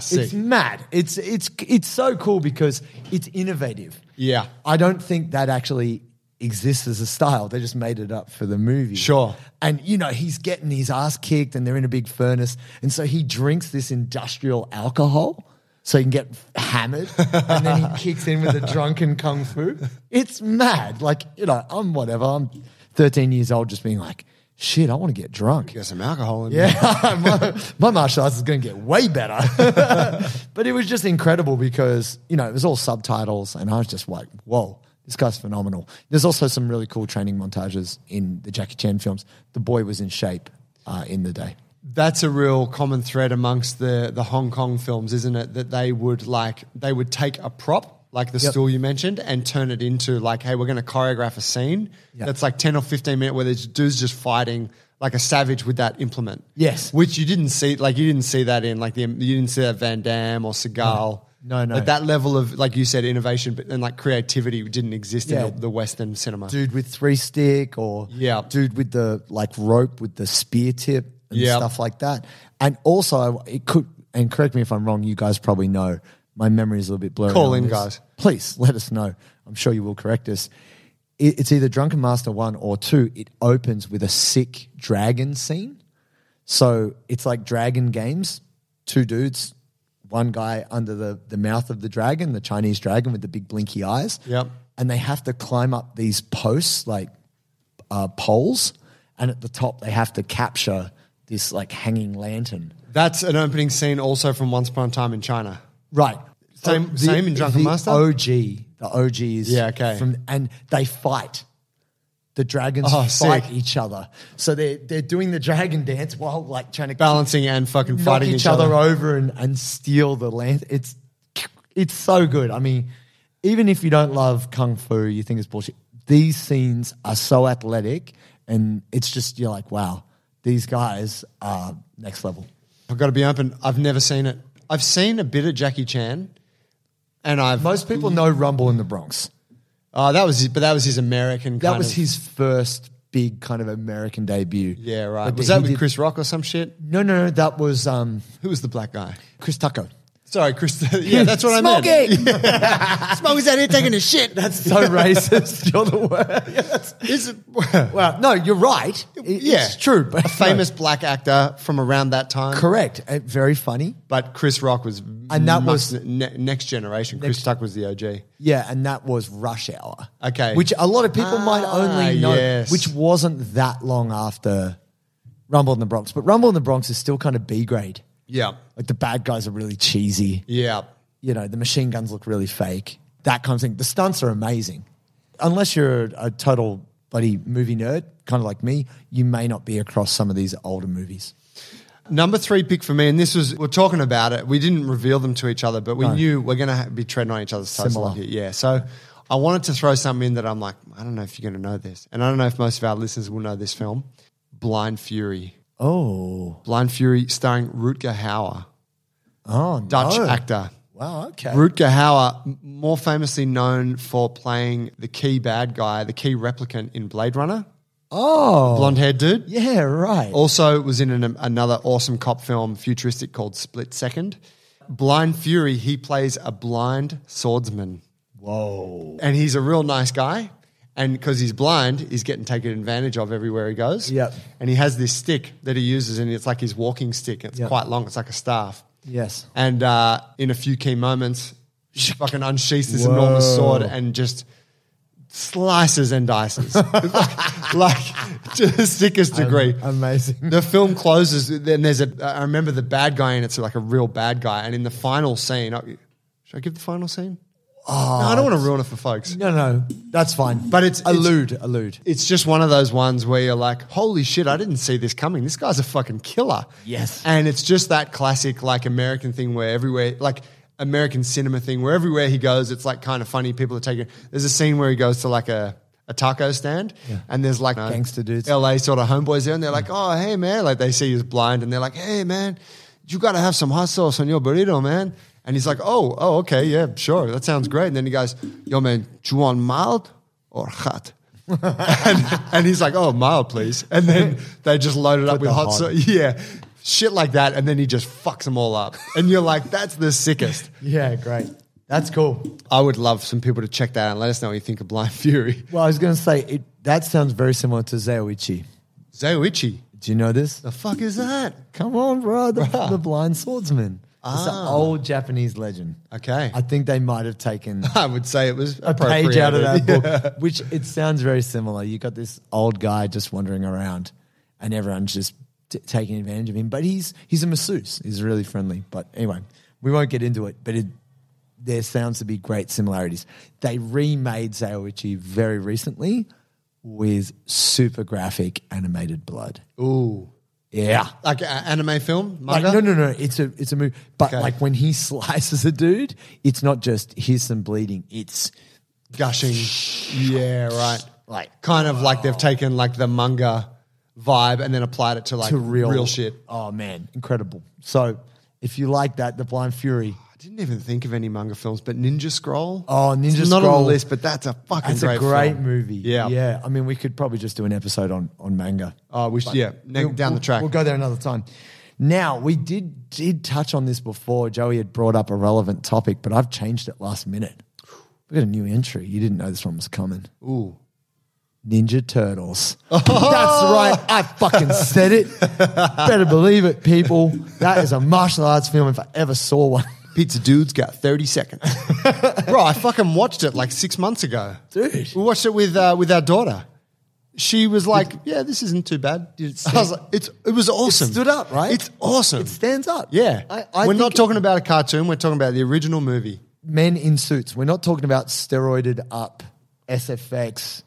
Speaker 3: Sick.
Speaker 2: it's mad. It's it's it's so cool because it's innovative.
Speaker 3: Yeah.
Speaker 2: I don't think that actually exists as a style. They just made it up for the movie.
Speaker 3: Sure.
Speaker 2: And you know, he's getting his ass kicked and they're in a big furnace. And so he drinks this industrial alcohol so he can get hammered. and then he kicks in with a drunken kung fu. It's mad. Like, you know, I'm whatever. I'm 13 years old just being like, shit, I want to get drunk.
Speaker 3: Get some alcohol in there.
Speaker 2: Yeah, (laughs) my, my martial arts is going to get way better. (laughs) but it was just incredible because, you know, it was all subtitles and I was just like, whoa, this guy's phenomenal. There's also some really cool training montages in the Jackie Chan films. The boy was in shape uh, in the day.
Speaker 3: that's a real common thread amongst the the Hong Kong films, isn't it? That they would like they would take a prop like the
Speaker 2: Yep.
Speaker 3: stool you mentioned and turn it into like, hey, we're going to choreograph a scene
Speaker 2: Yeah.
Speaker 3: that's like ten or fifteen minute where there's dudes just fighting like a savage with that implement.
Speaker 2: Yes.
Speaker 3: which you didn't see like you didn't see that in like the you didn't see that Van Damme or Seagal.
Speaker 2: No, no.
Speaker 3: Like that level of like you said innovation, but and like creativity didn't exist
Speaker 2: Yeah.
Speaker 3: in the, the Western cinema.
Speaker 2: Dude with three stick or
Speaker 3: Yeah.
Speaker 2: dude with the like rope with the spear tip and
Speaker 3: Yeah.
Speaker 2: stuff like that. And also, it could, and correct me if I'm wrong, you guys probably know. My memory is a little bit blurry.
Speaker 3: Call
Speaker 2: on
Speaker 3: in,
Speaker 2: this.
Speaker 3: guys.
Speaker 2: Please let us know. I'm sure you will correct us. It, it's either Drunken Master 1 or 2. It opens with a sick dragon scene. So it's like dragon games, two dudes, one guy under the, the mouth of the dragon, the Chinese dragon with the big blinky eyes.
Speaker 3: Yep.
Speaker 2: And they have to climb up these posts, like uh, poles. And at the top, they have to capture this like hanging lantern.
Speaker 3: That's an opening scene also from Once Upon a Time in China.
Speaker 2: Right.
Speaker 3: Same- same in Drunken
Speaker 2: the
Speaker 3: Master?
Speaker 2: OG the OGs.
Speaker 3: Yeah, okay.
Speaker 2: From and they fight. The dragons
Speaker 3: Oh,
Speaker 2: fight
Speaker 3: sick.
Speaker 2: each other. So they're they're doing the dragon dance while like trying to
Speaker 3: Balancing and fucking
Speaker 2: knock
Speaker 3: fighting
Speaker 2: each, other, over and, and steal the land. It's it's so good. I mean, even if you don't love kung fu, you think it's bullshit. These scenes are so athletic, and it's just you're like, wow, these guys are next level.
Speaker 3: I've got to be open. I've never seen it. I've seen a bit of Jackie Chan, and I've
Speaker 2: Most people know Rumble in the Bronx.
Speaker 3: Oh, that was his, but that was his American.
Speaker 2: That
Speaker 3: kind
Speaker 2: was
Speaker 3: of-
Speaker 2: his first big kind of American debut.
Speaker 3: Yeah, right.
Speaker 2: But
Speaker 3: was
Speaker 2: he
Speaker 3: that with
Speaker 2: did-
Speaker 3: Chris Rock or some shit?
Speaker 2: No, no, no. That was um,
Speaker 3: Who was the black guy?
Speaker 2: Chris Tucker.
Speaker 3: Sorry, Chris. (laughs) yeah, that's what I meant.
Speaker 2: Smoking! (laughs)
Speaker 3: Smokers out here taking a shit. That's
Speaker 2: So (laughs) racist. You're the
Speaker 3: (laughs)
Speaker 2: worst.
Speaker 3: Is it,
Speaker 2: Well, no, you're right. It-
Speaker 3: yeah,
Speaker 2: It's true. But (laughs)
Speaker 3: a famous black actor from around that time.
Speaker 2: Correct. Uh, very funny.
Speaker 3: But Chris Rock was,
Speaker 2: And that
Speaker 3: must-
Speaker 2: was-
Speaker 3: ne- next generation. Chris Tuck was the OG.
Speaker 2: Yeah, and that was Rush Hour.
Speaker 3: Okay.
Speaker 2: Which a lot of people might
Speaker 3: Ah,
Speaker 2: only know,
Speaker 3: yes.
Speaker 2: which wasn't that long after Rumble in the Bronx. But Rumble in the Bronx is still kind of B grade.
Speaker 3: Yeah,
Speaker 2: Like the bad guys are really cheesy.
Speaker 3: yeah.
Speaker 2: You know, the machine guns look really fake. That kind of thing. The stunts are amazing. Unless you're a, a total bloody movie nerd, kind of like me, you may not be across some of these older movies.
Speaker 3: Number three pick for me, and this was we're talking about it. We didn't reveal them to each other, but we
Speaker 2: No.
Speaker 3: knew we're going to be treading on each other's toes a
Speaker 2: Similar.
Speaker 3: lot here. Yeah, so I wanted to throw something in that I'm like, I don't know if you're going to know this, and I don't know if most of our listeners will know this film, Blind Fury.
Speaker 2: Oh,
Speaker 3: Blind Fury, starring Rutger Hauer,
Speaker 2: oh,
Speaker 3: Dutch
Speaker 2: no.
Speaker 3: actor.
Speaker 2: Wow, okay.
Speaker 3: Rutger Hauer, m- more famously known for playing the key bad guy, the key replicant in Blade Runner,
Speaker 2: oh,
Speaker 3: blonde haired dude.
Speaker 2: yeah, right.
Speaker 3: Also was in an, another awesome cop film, futuristic called Split Second. Blind Fury, he plays a blind swordsman. Whoa. And he's a real nice guy. And because he's blind, he's getting taken advantage of everywhere he goes.
Speaker 2: Yep.
Speaker 3: And he has this stick that he uses, and it's like his walking stick. It's
Speaker 2: Yep.
Speaker 3: quite long, it's like a staff.
Speaker 2: Yes.
Speaker 3: And uh, in a few key moments, she fucking unsheathes this enormous sword and just slices and dices. (laughs) like, like, to the sickest degree.
Speaker 2: Amazing.
Speaker 3: The film closes, then there's a. I remember the bad guy, and it's like a real bad guy. And in the final scene, I, should I give the final scene? no, I don't want to ruin it for folks.
Speaker 2: Ah. No, no, that's fine.
Speaker 3: But it's- it's-
Speaker 2: allude, allude.
Speaker 3: It's just one of those ones where you're like, holy shit, I didn't see this coming. This guy's a fucking killer.
Speaker 2: Yes.
Speaker 3: And it's just that classic, like, American thing where everywhere, like, American cinema thing where everywhere he goes, it's like kind of funny. People are taking. There's a scene where he goes to like a, a taco stand and there's like uh,
Speaker 2: Gangster dudes.
Speaker 3: LA sort of homeboys there and they're like, oh, hey, man. Like, they see he's blind and they're like, hey, man, you got to have some hot sauce on your burrito, man. And he's like, oh, oh, okay, yeah, sure. That sounds great. And then he goes, yo, man, do you want mild or hot? (laughs) and, and he's like, "Oh, mild, please." And then they just load it up with
Speaker 2: the
Speaker 3: hot
Speaker 2: hot.
Speaker 3: sauce, yeah, shit like that. And then he just fucks them all up, and you're like, "That's the sickest."
Speaker 2: Yeah, great. That's cool.
Speaker 3: I would love some people to check that out and let us know what you think of Blind Fury.
Speaker 2: Well, I was going to say it, that sounds very similar to Zaoichi.
Speaker 3: Zoichi,
Speaker 2: Do you know this?
Speaker 3: the fuck is that?
Speaker 2: Come on, bro, the, the blind swordsman. It's an old Japanese legend.
Speaker 3: Okay,
Speaker 2: I think they might have taken
Speaker 3: (laughs) I would say it was
Speaker 2: a page out of that
Speaker 3: (laughs) appropriated.
Speaker 2: book, which it sounds very similar. You got this old guy just wandering around, and everyone's just t- taking advantage of him. But he's he's a masseuse. He's really friendly. But anyway, we won't get into it. But it, there sounds to be great similarities. They remade Zaoichi very recently with super graphic animated blood.
Speaker 3: Ooh,
Speaker 2: Yeah.
Speaker 3: like a- anime film,
Speaker 2: Like,
Speaker 3: manga.
Speaker 2: no, no, no. It's a it's a move. But
Speaker 3: Okay.
Speaker 2: like when he (laughs) slices a dude, it's not just here's some bleeding. It's
Speaker 3: gushing. Yeah, right. Like kind of like they've taken like the manga vibe and then applied it to like
Speaker 2: to real,
Speaker 3: real shit.
Speaker 2: Oh man, incredible! So if you like that, The Blind Fury,
Speaker 3: I didn't even think of any manga films, but Ninja Scroll.
Speaker 2: Oh, Ninja
Speaker 3: it's Not on
Speaker 2: Scroll.
Speaker 3: the list, but that's a fucking
Speaker 2: that's
Speaker 3: great
Speaker 2: a great
Speaker 3: film.
Speaker 2: movie.
Speaker 3: Yeah,
Speaker 2: yeah. I mean, we could probably just do an episode on on manga.
Speaker 3: Oh, we should, yeah, ne-
Speaker 2: We'll-
Speaker 3: down the
Speaker 2: we'll-
Speaker 3: track.
Speaker 2: We'll go there another time. Now we did did touch on this before. Joey had brought up a relevant topic, but I've changed it last minute. We got a new entry. You didn't know this one was coming.
Speaker 3: Ooh.
Speaker 2: Ninja
Speaker 3: (laughs)
Speaker 2: Turtles. That's right. I fucking said it. Better believe it, people. That is a martial arts film if I ever saw one.
Speaker 3: Pizza Dude's got
Speaker 2: (laughs)
Speaker 3: 30 seconds. Bro, I fucking watched it like six months ago.
Speaker 2: Dude.
Speaker 3: We watched it with, uh, with our daughter. She was like, yeah, this isn't
Speaker 2: (laughs)
Speaker 3: too bad. I was like, it's, it was awesome.
Speaker 2: stood up, right?
Speaker 3: It's awesome.
Speaker 2: It stands up.
Speaker 3: yeah.
Speaker 2: I, I
Speaker 3: we're
Speaker 2: think
Speaker 3: not
Speaker 2: it-
Speaker 3: talking about a cartoon. We're talking about the original movie.
Speaker 2: men in suits. We're not talking about steroided up SFX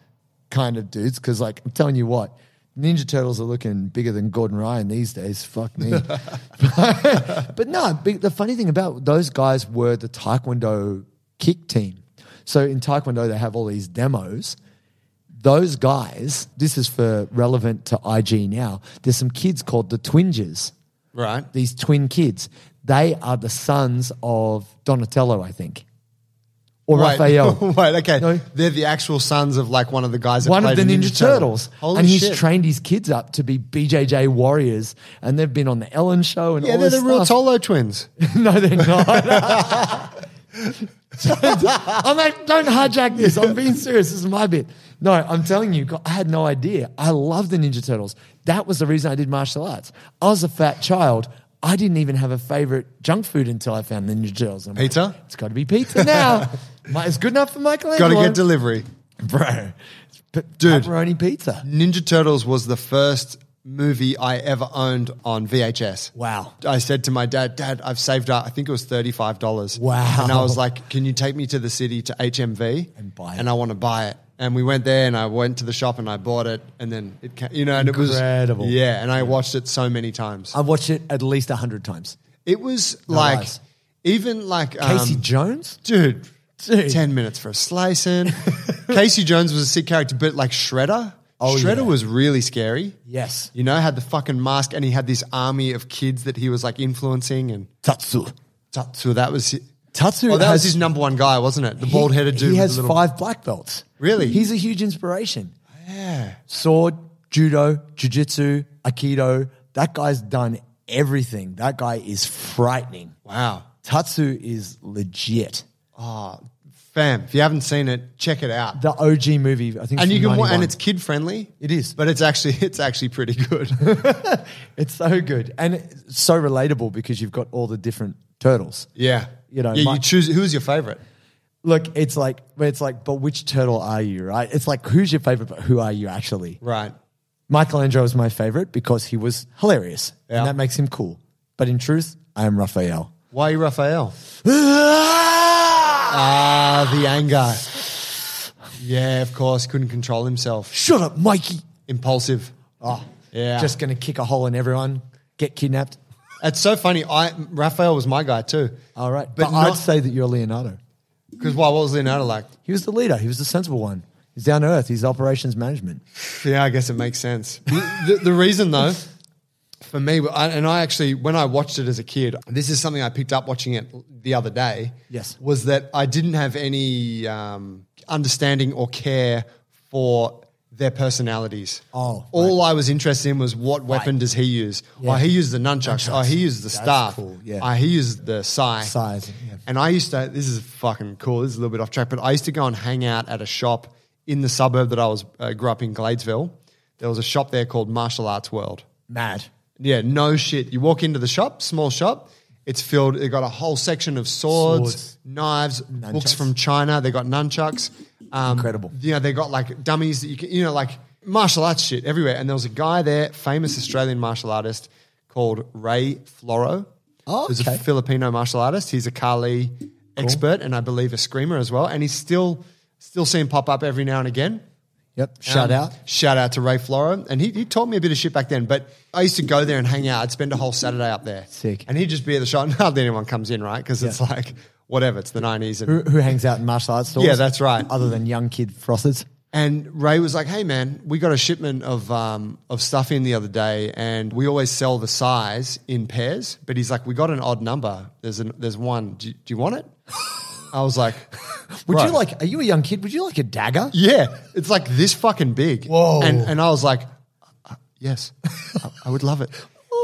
Speaker 2: kind of dudes because, like, I'm telling you what, Ninja Turtles are looking bigger than Gordon Ryan these days. Fuck me. (laughs) but no, big- the funny thing about those guys were the Taekwondo kick team. So in Taekwondo, they have all these demos those guys, this is for relevant to IG now, there's some kids called the Twinges.
Speaker 3: Right.
Speaker 2: These twin kids. They are the sons of Donatello, I think. Or Raphael.
Speaker 3: (laughs) Wait, okay.
Speaker 2: No.
Speaker 3: They're the actual sons of like one of the guys that
Speaker 2: One of the
Speaker 3: played in
Speaker 2: Ninja, Turtles.
Speaker 3: Holy
Speaker 2: and he's
Speaker 3: shit.
Speaker 2: trained his kids up to be BJJ warriors. And they've been on the Ellen show and
Speaker 3: yeah,
Speaker 2: all
Speaker 3: they're
Speaker 2: this
Speaker 3: the real
Speaker 2: stuff.
Speaker 3: Tolo twins.
Speaker 2: (laughs) no, they're not. (laughs) I'm like, don't hijack this. I'm being serious. This is my bit. No, I'm telling you, God, I had no idea. I love the Ninja Turtles. That was the reason I did martial arts. I was a fat child. I didn't even have a favorite junk food until I found the Ninja Turtles. And I'm like,
Speaker 3: Pizza?
Speaker 2: it's got to be pizza
Speaker 3: (laughs)
Speaker 2: now. My- it's good enough for Michael.
Speaker 3: Got to get delivery.
Speaker 2: (laughs) bro.
Speaker 3: Dude.
Speaker 2: Dude, pepperoni pizza.
Speaker 3: Ninja Turtles was the first movie I ever owned on VHS.
Speaker 2: Wow.
Speaker 3: I said to my dad, Dad, I've saved up, I think it was $35.
Speaker 2: Wow.
Speaker 3: And I was like, Can you take me to the city to HMV
Speaker 2: And buy it.
Speaker 3: And I want to buy it. And we went there and I went to the shop and I bought it. And then it came, you know, and it was
Speaker 2: Incredible. Oh,
Speaker 3: Yeah. And I watched it so many times.
Speaker 2: I've watched it at least hundred times.
Speaker 3: It was like,
Speaker 2: lies.
Speaker 3: even like um,
Speaker 2: Casey Jones,
Speaker 3: dude,
Speaker 2: Dude.
Speaker 3: 10 minutes for
Speaker 2: (laughs)
Speaker 3: a slicing. Casey Jones was a sick character, but like Shredder,
Speaker 2: Oh,
Speaker 3: Shredder
Speaker 2: yeah.
Speaker 3: was really scary.
Speaker 2: Yes.
Speaker 3: You know, had the fucking mask and he had this army of kids that he was like influencing and
Speaker 2: Tatsu.
Speaker 3: Tatsu, that was
Speaker 2: Tatsu
Speaker 3: Well, Oh, that was
Speaker 2: has-
Speaker 3: his number one guy, wasn't it? The
Speaker 2: He-
Speaker 3: bald headed dude.
Speaker 2: He
Speaker 3: with
Speaker 2: has
Speaker 3: the little-
Speaker 2: five black belts.
Speaker 3: Really?
Speaker 2: He's a huge inspiration. Yeah. Sword, judo, jujitsu, aikido. That guy's done everything. That guy is frightening.
Speaker 3: Wow.
Speaker 2: Tatsu is legit.
Speaker 3: Fam, if you haven't seen it, check it out.
Speaker 2: The OG movie, I think,
Speaker 3: and
Speaker 2: it's
Speaker 3: you
Speaker 2: from
Speaker 3: can wa-
Speaker 2: 91.
Speaker 3: and it's kid friendly.
Speaker 2: It is.
Speaker 3: But it's actually (laughs) it's actually pretty
Speaker 2: (laughs)
Speaker 3: good.
Speaker 2: it's so good and it's so relatable because you've got all the different turtles.
Speaker 3: yeah.
Speaker 2: You know,
Speaker 3: Yeah,
Speaker 2: my-
Speaker 3: you choose who's your favorite?
Speaker 2: Look, it's like it's like, but which turtle are you? Right? It's like who's your favorite, but who are you actually?
Speaker 3: Right.
Speaker 2: Michelangelo is my favorite because he was hilarious
Speaker 3: Yeah.
Speaker 2: and that makes him cool. But in truth, I am Raphael.
Speaker 3: Why are you Raphael?
Speaker 2: Ah!
Speaker 3: Ah, the anger. Yeah, of course. Couldn't control himself.
Speaker 2: Shut up, Mikey.
Speaker 3: Impulsive.
Speaker 2: Oh,
Speaker 3: Yeah.
Speaker 2: Just going to kick a hole in everyone, get kidnapped.
Speaker 3: It's so funny. I Raphael was my guy too.
Speaker 2: All right. But,
Speaker 3: But
Speaker 2: I'd
Speaker 3: not-
Speaker 2: say that you're Leonardo.
Speaker 3: Because why what was Leonardo like?
Speaker 2: He was the leader, he was the sensible one. He's down to earth, he's operations management.
Speaker 3: Yeah, I guess it makes sense. the, the reason though, for me, I, and I actually, when I watched it as a kid, this is something I picked up watching it the other day.
Speaker 2: Yes.
Speaker 3: Was that I didn't have any um, understanding or care for their personalities.
Speaker 2: Oh,
Speaker 3: All I was interested in was what weapon does he use?
Speaker 2: Yeah.
Speaker 3: Oh, he uses the nunchucks.
Speaker 2: Nunchucks.
Speaker 3: Oh, he uses the
Speaker 2: That's
Speaker 3: staff.
Speaker 2: cool, yeah.
Speaker 3: Oh, he uses the sai.
Speaker 2: Size, yeah.
Speaker 3: And I used to, this is fucking cool. This is a little bit off track, but I used to go and hang out at a shop in the suburb that I was uh, grew up in, Gladesville. There was a shop there called Martial Arts World.
Speaker 2: Mad.
Speaker 3: Yeah, no shit. You walk into the shop, small shop. It's filled. They got a whole section of swords,
Speaker 2: Swords.
Speaker 3: knives, books
Speaker 2: Nunchucks.
Speaker 3: from China. They got nunchucks. Um,
Speaker 2: Incredible.
Speaker 3: You know, they got like dummies that you can, you know, like martial arts shit everywhere. And there was a guy there, famous Australian martial artist called Ray Floro.
Speaker 2: Oh,
Speaker 3: Who's
Speaker 2: okay.
Speaker 3: a Filipino martial artist. He's a Kali expert and I believe a screamer as well. And he's still still seen pop up every now and again.
Speaker 2: Yep. Shout
Speaker 3: Um,
Speaker 2: out.
Speaker 3: Shout out to Ray Floro. And he, he taught me a bit of shit back then, but I used to go there and hang out. I'd spend a whole Saturday up there.
Speaker 2: Sick.
Speaker 3: And he'd just be at the shop. (laughs) and Hardly anyone comes in, right? Because it's
Speaker 2: Yeah.
Speaker 3: like, whatever, it's the 90s.
Speaker 2: Who,
Speaker 3: And,
Speaker 2: who hangs out in martial arts stores?
Speaker 3: Yeah, that's right.
Speaker 2: Other than young kid frosters.
Speaker 3: and Ray was like, hey, man, we got a shipment of, um, of stuff in the other day, and we always sell the size in pairs. But he's like, we got an odd number. There's, an, there's one. Do, you- do you want it? (laughs) I was like, (laughs)
Speaker 2: Would
Speaker 3: right.
Speaker 2: you like, are you a young kid? Would you like a dagger?
Speaker 3: Yeah, it's like this fucking big.
Speaker 2: Whoa.
Speaker 3: And and I was like, uh, yes, I, I would love it.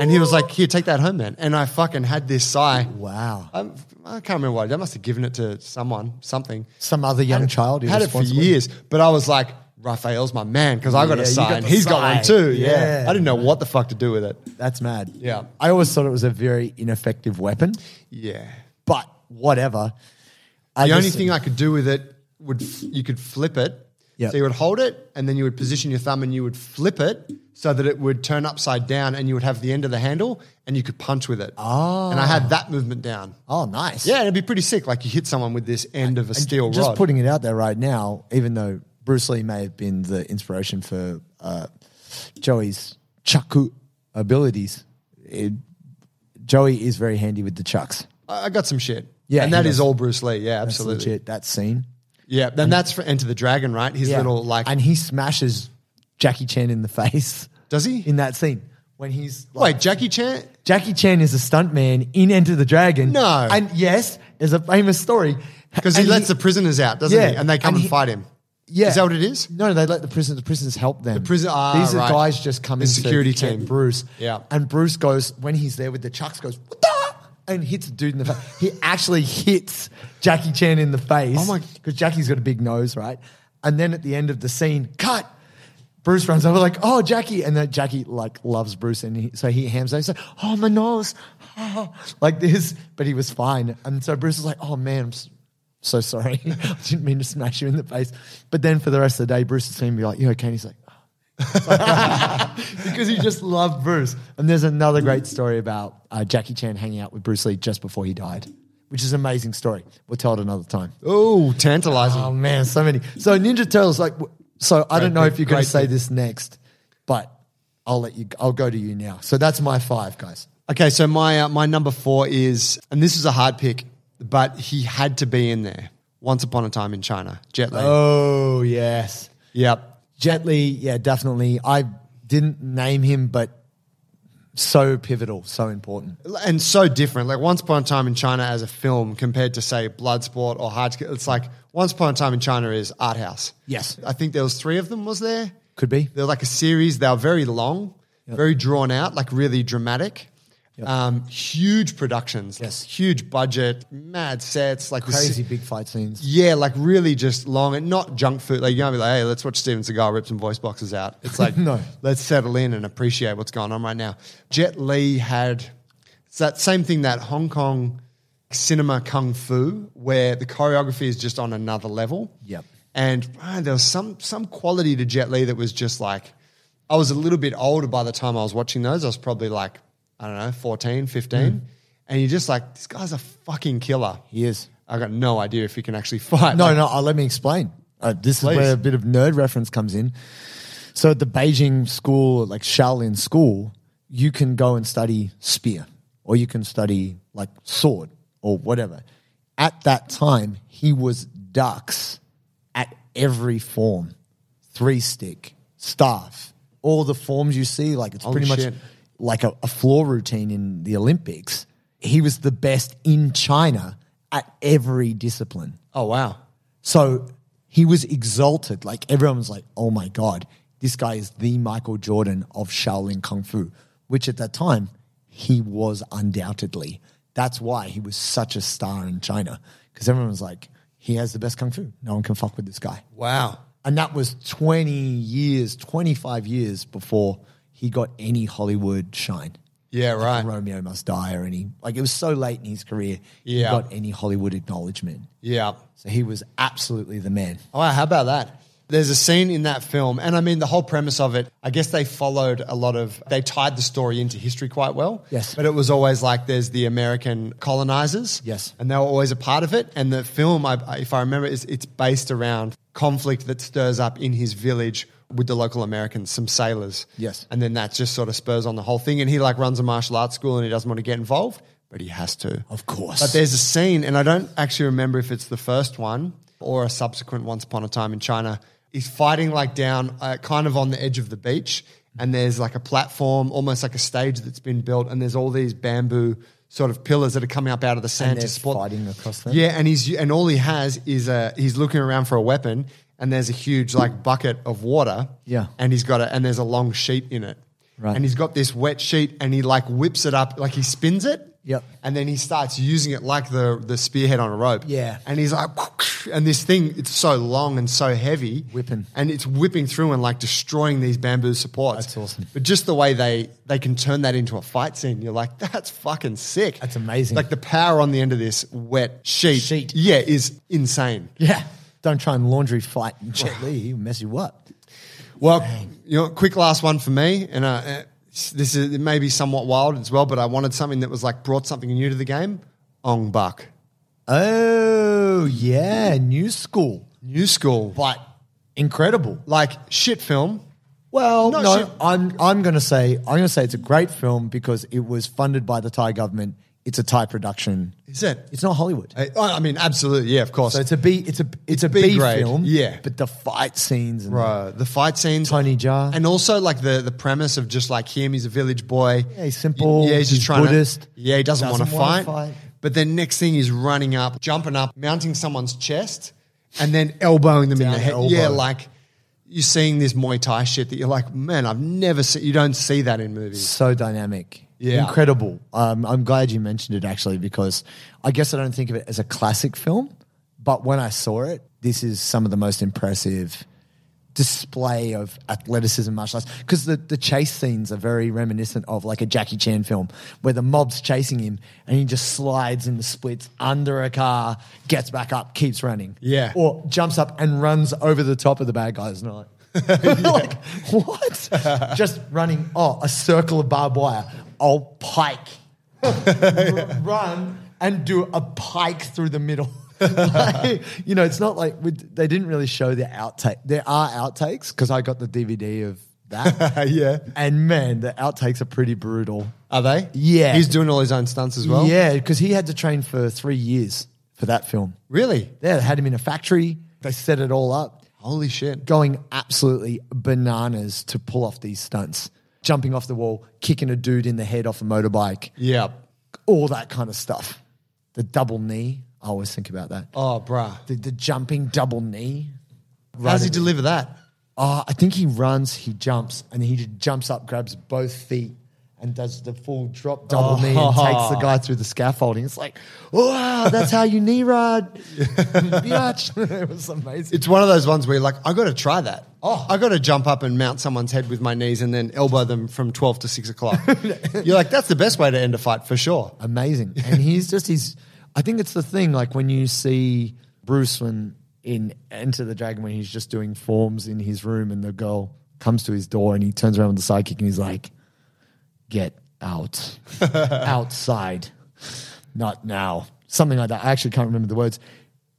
Speaker 3: And he was like, here, take that home, man. And I fucking had this sigh.
Speaker 2: Wow.
Speaker 3: I'm, I can't remember what I did. I must have given it to someone, something.
Speaker 2: Some other young
Speaker 3: had it,
Speaker 2: child
Speaker 3: had it for
Speaker 2: irresponsibly?
Speaker 3: years, but I was like, Raphael's my man because I got
Speaker 2: Yeah,
Speaker 3: a
Speaker 2: you
Speaker 3: sigh.
Speaker 2: got
Speaker 3: and
Speaker 2: the
Speaker 3: He's got
Speaker 2: sigh.
Speaker 3: one too. Yeah.
Speaker 2: Yeah.
Speaker 3: I didn't know what the fuck to do with it.
Speaker 2: That's mad.
Speaker 3: Yeah.
Speaker 2: I always thought it was a very ineffective weapon,
Speaker 3: Yeah.
Speaker 2: but whatever. I
Speaker 3: The only
Speaker 2: just-
Speaker 3: thing I could do with it would f- you could flip it
Speaker 4: Yeah.
Speaker 3: So you would hold it and then you would position your thumb and you would flip it so that it would turn upside down and you would have the end of the handle and you could punch with it. Oh. And I
Speaker 2: Ah.
Speaker 3: had that movement down.
Speaker 2: Oh, nice.
Speaker 3: Yeah, it'd be pretty sick. Like you hit someone with this end of a steel
Speaker 2: just
Speaker 3: rod.
Speaker 2: putting it out there right now, even though Bruce Lee may have been the inspiration for uh, Joey's chaku abilities, it, Joey is very handy with the chucks.
Speaker 3: I I got some shit.
Speaker 2: Yeah,
Speaker 3: and that
Speaker 2: he
Speaker 3: is
Speaker 2: does.
Speaker 3: all Bruce Lee. Yeah,
Speaker 2: That's
Speaker 3: absolutely.
Speaker 2: legit. That scene.
Speaker 3: Yeah, and that's for Enter the Dragon, right? His little like.
Speaker 2: and he smashes Jackie Chan in the (laughs) face.
Speaker 3: Does he?
Speaker 2: in that scene when he's like,
Speaker 3: Wait, Jackie Chan?
Speaker 2: Jackie Chan is a stuntman in Enter the Dragon.
Speaker 3: No.
Speaker 2: and yes, there's a famous story
Speaker 3: Because he
Speaker 2: And
Speaker 3: lets the prisoners out, doesn't
Speaker 2: Yeah,
Speaker 3: he? And they come
Speaker 2: and
Speaker 3: and,
Speaker 2: he-
Speaker 3: fight him.
Speaker 2: Yeah.
Speaker 3: Is that what
Speaker 2: (laughs)
Speaker 3: it is?
Speaker 2: No, they let the prison. The prisoners help them. The
Speaker 3: prison- ah,
Speaker 2: These are
Speaker 3: right.
Speaker 2: guys just come
Speaker 3: The
Speaker 2: in. to
Speaker 3: security
Speaker 2: get
Speaker 3: team.
Speaker 2: Bruce.
Speaker 3: Yeah.
Speaker 2: And Bruce goes when he's there with the chucks. Goes what the? And hits a dude in the face. He actually hits Jackie Chan in the face.
Speaker 3: Oh my-
Speaker 2: Because Jackie's got a big nose, right? And then at the end of the scene, cut. Bruce runs over like, oh Jackie, and then Jackie like loves Bruce, and he, so he hams. over, He's like, oh my nose, (laughs) oh, like this. But he was fine, and so Bruce is like, oh man, I'm s- so sorry. (laughs) I didn't mean to smash you in the face. But then for the rest of the day, Bruce is seen to be like, you okay? And he's like, "Oh." because
Speaker 3: (laughs)
Speaker 2: he just loved Bruce. And there's another great story about uh, Jackie Chan hanging out with Bruce Lee just before he died, which is an amazing story. We'll tell it another time.
Speaker 3: Oh, tantalizing.
Speaker 2: Oh man, so many. So Ninja Turtles, like, w- so I
Speaker 3: Great
Speaker 2: don't know
Speaker 3: pick,
Speaker 2: if you're going
Speaker 3: great
Speaker 2: to say
Speaker 3: pick.
Speaker 2: this next, but I'll let you. I'll go to you now. So that's my five guys.
Speaker 3: Okay, so my uh, my number four is, and this is a hard pick, but he had to be in there. Once upon a time in China, Jet Li.
Speaker 2: Oh yes,
Speaker 3: Yep.
Speaker 2: Jet Li, yeah, definitely. I didn't name him, but so pivotal, so important.
Speaker 3: and so different. Like Once Upon a Time in China as a film compared to say Bloodsport or Hard. to Get- It's like Once Upon a Time in China is art house.
Speaker 2: Yes.
Speaker 3: I think there was three of them. Was there?
Speaker 2: Could be.
Speaker 3: They're like a series. They were very long, very drawn out, like really dramatic. Um, huge productions. like
Speaker 2: Yes.
Speaker 3: Huge budget, mad sets, like the se-
Speaker 2: Crazy big fight scenes.
Speaker 3: yeah, like really just long and not junk food. Like you know, be like, hey, let's watch Steven Seagal rip some voice boxes out.
Speaker 2: (laughs)
Speaker 3: It's like
Speaker 2: No.
Speaker 3: let's settle in and appreciate what's going on right now. Jet Li had it's that same thing that Hong Kong cinema kung fu, where the choreography is just on another level.
Speaker 2: Yep.
Speaker 3: And ah, there was some some quality to Jet Li that was just like I was a little bit older by the time I was watching those. I was probably like, I don't know, 14, 15.
Speaker 2: Hmm.
Speaker 3: And you're just like, this guy's a fucking killer.
Speaker 2: He is.
Speaker 3: I got no idea if he can actually (laughs) fight.
Speaker 2: No,
Speaker 3: Like,
Speaker 2: no, uh, let me explain. Uh, this
Speaker 3: Please.
Speaker 2: is where a bit of nerd reference comes in. So at the Beijing school, like Shaolin school, you can go and study spear or you can study like sword or whatever. At that time, he was ducks at every form three stick, staff, all the forms you see. Like it's
Speaker 3: Holy
Speaker 2: pretty
Speaker 3: shit.
Speaker 2: much like a, a floor routine in the Olympics. He was the best in China at every discipline.
Speaker 3: Oh wow.
Speaker 2: So he was exalted. Like everyone was like, oh my God, this guy is the Michael Jordan of Shaolin Kung Fu, which at that time he was undoubtedly. That's why he was such a star in China because everyone was like, he has the best Kung Fu. No one can fuck with this guy.
Speaker 3: Wow.
Speaker 2: And that was 20 years, 25 years before he got any Hollywood shine.
Speaker 3: Yeah,
Speaker 2: Like
Speaker 3: right.
Speaker 2: Romeo Must Die or any, like it was so late in his career, he
Speaker 3: Yeah.
Speaker 2: got any Hollywood acknowledgement.
Speaker 3: Yeah.
Speaker 2: So he was absolutely the man.
Speaker 3: Oh, wow, how about that? There's a scene in that film, and I mean the whole premise of it. I guess they followed a lot of they tied the story into history quite well.
Speaker 2: Yes.
Speaker 3: but it was always like there's the American colonizers.
Speaker 2: Yes.
Speaker 3: and they were always a part of it. And the film, I, I- if I remember, is it's based around conflict that stirs up in his village with the local Americans, some sailors.
Speaker 2: Yes.
Speaker 3: and then that just sort of spurs on the whole thing. And he like runs a martial arts school, and he doesn't want to get involved, but he has to.
Speaker 2: Of course.
Speaker 3: But there's a scene, and I don't actually remember if it's the first one or a subsequent Once Upon a Time in China. He's fighting like down, uh, kind of on the edge of the beach, and there's like a platform, almost like a stage that's been built, and there's all these bamboo sort of pillars that are coming up out of the sand
Speaker 2: they're
Speaker 3: to support.
Speaker 2: fighting across them?
Speaker 3: Yeah, and he's and all he has is a he's looking around for a weapon, and there's a huge like bucket of water.
Speaker 2: Yeah.
Speaker 3: and he's got it, and there's a long sheet in it.
Speaker 2: Right.
Speaker 3: And he's got this wet sheet, and he like whips it up, like he spins it.
Speaker 2: Yep.
Speaker 3: And then he starts using it like the the spearhead on a rope.
Speaker 2: Yeah.
Speaker 3: And he's like, and this thing, it's so long and so heavy.
Speaker 2: Whipping.
Speaker 3: And it's whipping through and like destroying these bamboo supports.
Speaker 2: That's awesome.
Speaker 3: But just the way they they can turn that into a fight scene, you're like, (laughs) that's fucking sick.
Speaker 2: That's amazing.
Speaker 3: Like the power on the end of this wet sheet.
Speaker 2: Sheet.
Speaker 3: Yeah, is insane.
Speaker 2: yeah. Don't try and laundry fight Jet Li. He'll mess you up.
Speaker 3: Well, you know, quick last one for me, and uh, uh, this is it may be somewhat wild as well, but I wanted something that was like brought something new to the game. Ong Bak,
Speaker 2: Oh, yeah. New school.
Speaker 3: new school,
Speaker 2: But incredible.
Speaker 3: like shit film.
Speaker 2: Well,
Speaker 3: No,
Speaker 2: no,
Speaker 3: she-
Speaker 2: I'm I'm going to say I'm going to say it's a great film because it was funded by the Thai government. It's a Thai production.
Speaker 3: Is it?
Speaker 2: It's not Hollywood.
Speaker 3: I, I mean, absolutely, yeah, of course.
Speaker 2: So it's a B. It's a it's a
Speaker 3: B
Speaker 2: B,
Speaker 3: grade,
Speaker 2: film.
Speaker 3: yeah.
Speaker 2: but the fight scenes and
Speaker 3: Bro, the fight scenes,
Speaker 2: Tony Jaa.
Speaker 3: and also like the the premise of just like him. He's a village boy.
Speaker 2: Yeah, he's simple,
Speaker 3: Yeah, he's just
Speaker 2: he's
Speaker 3: trying to.
Speaker 2: Buddhist,
Speaker 3: Yeah, he doesn't,
Speaker 2: doesn't
Speaker 3: want
Speaker 2: wanna
Speaker 3: to fight.
Speaker 2: fight.
Speaker 3: But then next thing he's running up, jumping up, mounting someone's chest, and then elbowing them in
Speaker 2: Down
Speaker 3: the head.
Speaker 2: elbow.
Speaker 3: Yeah, like you're seeing this Muay Thai shit that you're like, man, I've never seen. You don't see that in movies. (laughs)
Speaker 2: so dynamic.
Speaker 3: Yeah.
Speaker 2: incredible. Um, I'm glad you mentioned it actually because I guess I don't think of it as a classic film, but when I saw it, this is some of the most impressive display of athleticism, martial arts. Because the, the chase scenes are very reminiscent of like a Jackie Chan film where the mob's chasing him and he just slides in the splits under a car, gets back up, keeps running.
Speaker 3: Yeah.
Speaker 2: Or jumps up and runs over the top of the bad guys. And I'm like, (laughs) like, what? just running, oh, a circle of barbed wire. I'll pike, R- (laughs) run, and do a pike through the middle. (laughs) Like, you know, it's not like we, they didn't really show the outtake. There are outtakes because I got the DVD of (laughs) that.
Speaker 3: Yeah.
Speaker 2: And man, the outtakes are pretty brutal.
Speaker 3: Are they?
Speaker 2: Yeah.
Speaker 3: he's doing all his own stunts as well.
Speaker 2: Yeah, because he had to train for three years for that film.
Speaker 3: really.
Speaker 2: Yeah, they had him in a factory. They set it all up,
Speaker 3: Holy shit.
Speaker 2: going absolutely bananas to pull off these stunts, jumping off the wall, kicking a dude in the head off a motorbike,
Speaker 3: Yeah.
Speaker 2: all that kind of stuff. The double knee, I always think about that.
Speaker 3: Oh, bruh.
Speaker 2: The, the jumping double knee.
Speaker 3: How does he deliver that?
Speaker 2: Uh, I think he runs, he jumps, and he just jumps up, grabs both feet, and does the full drop double knee and takes the guy through the scaffolding. It's like, wow, that's how you knee rod. Biatch. (laughs) it was amazing.
Speaker 3: It's one of those ones where you're like, I got to try that. Oh, I got to jump up and mount someone's head with my knees and then elbow them from 12 to 6 (laughs) o'clock. you're like, that's the best way to end a fight for sure.
Speaker 2: amazing. And he's just he's. I think it's the thing like when you see Bruce when in Enter the Dragon when he's just doing forms in his room and the girl comes to his door and he turns around with the sidekick and he's like, "Get out, outside, not now." Something like that. I actually can't remember the words.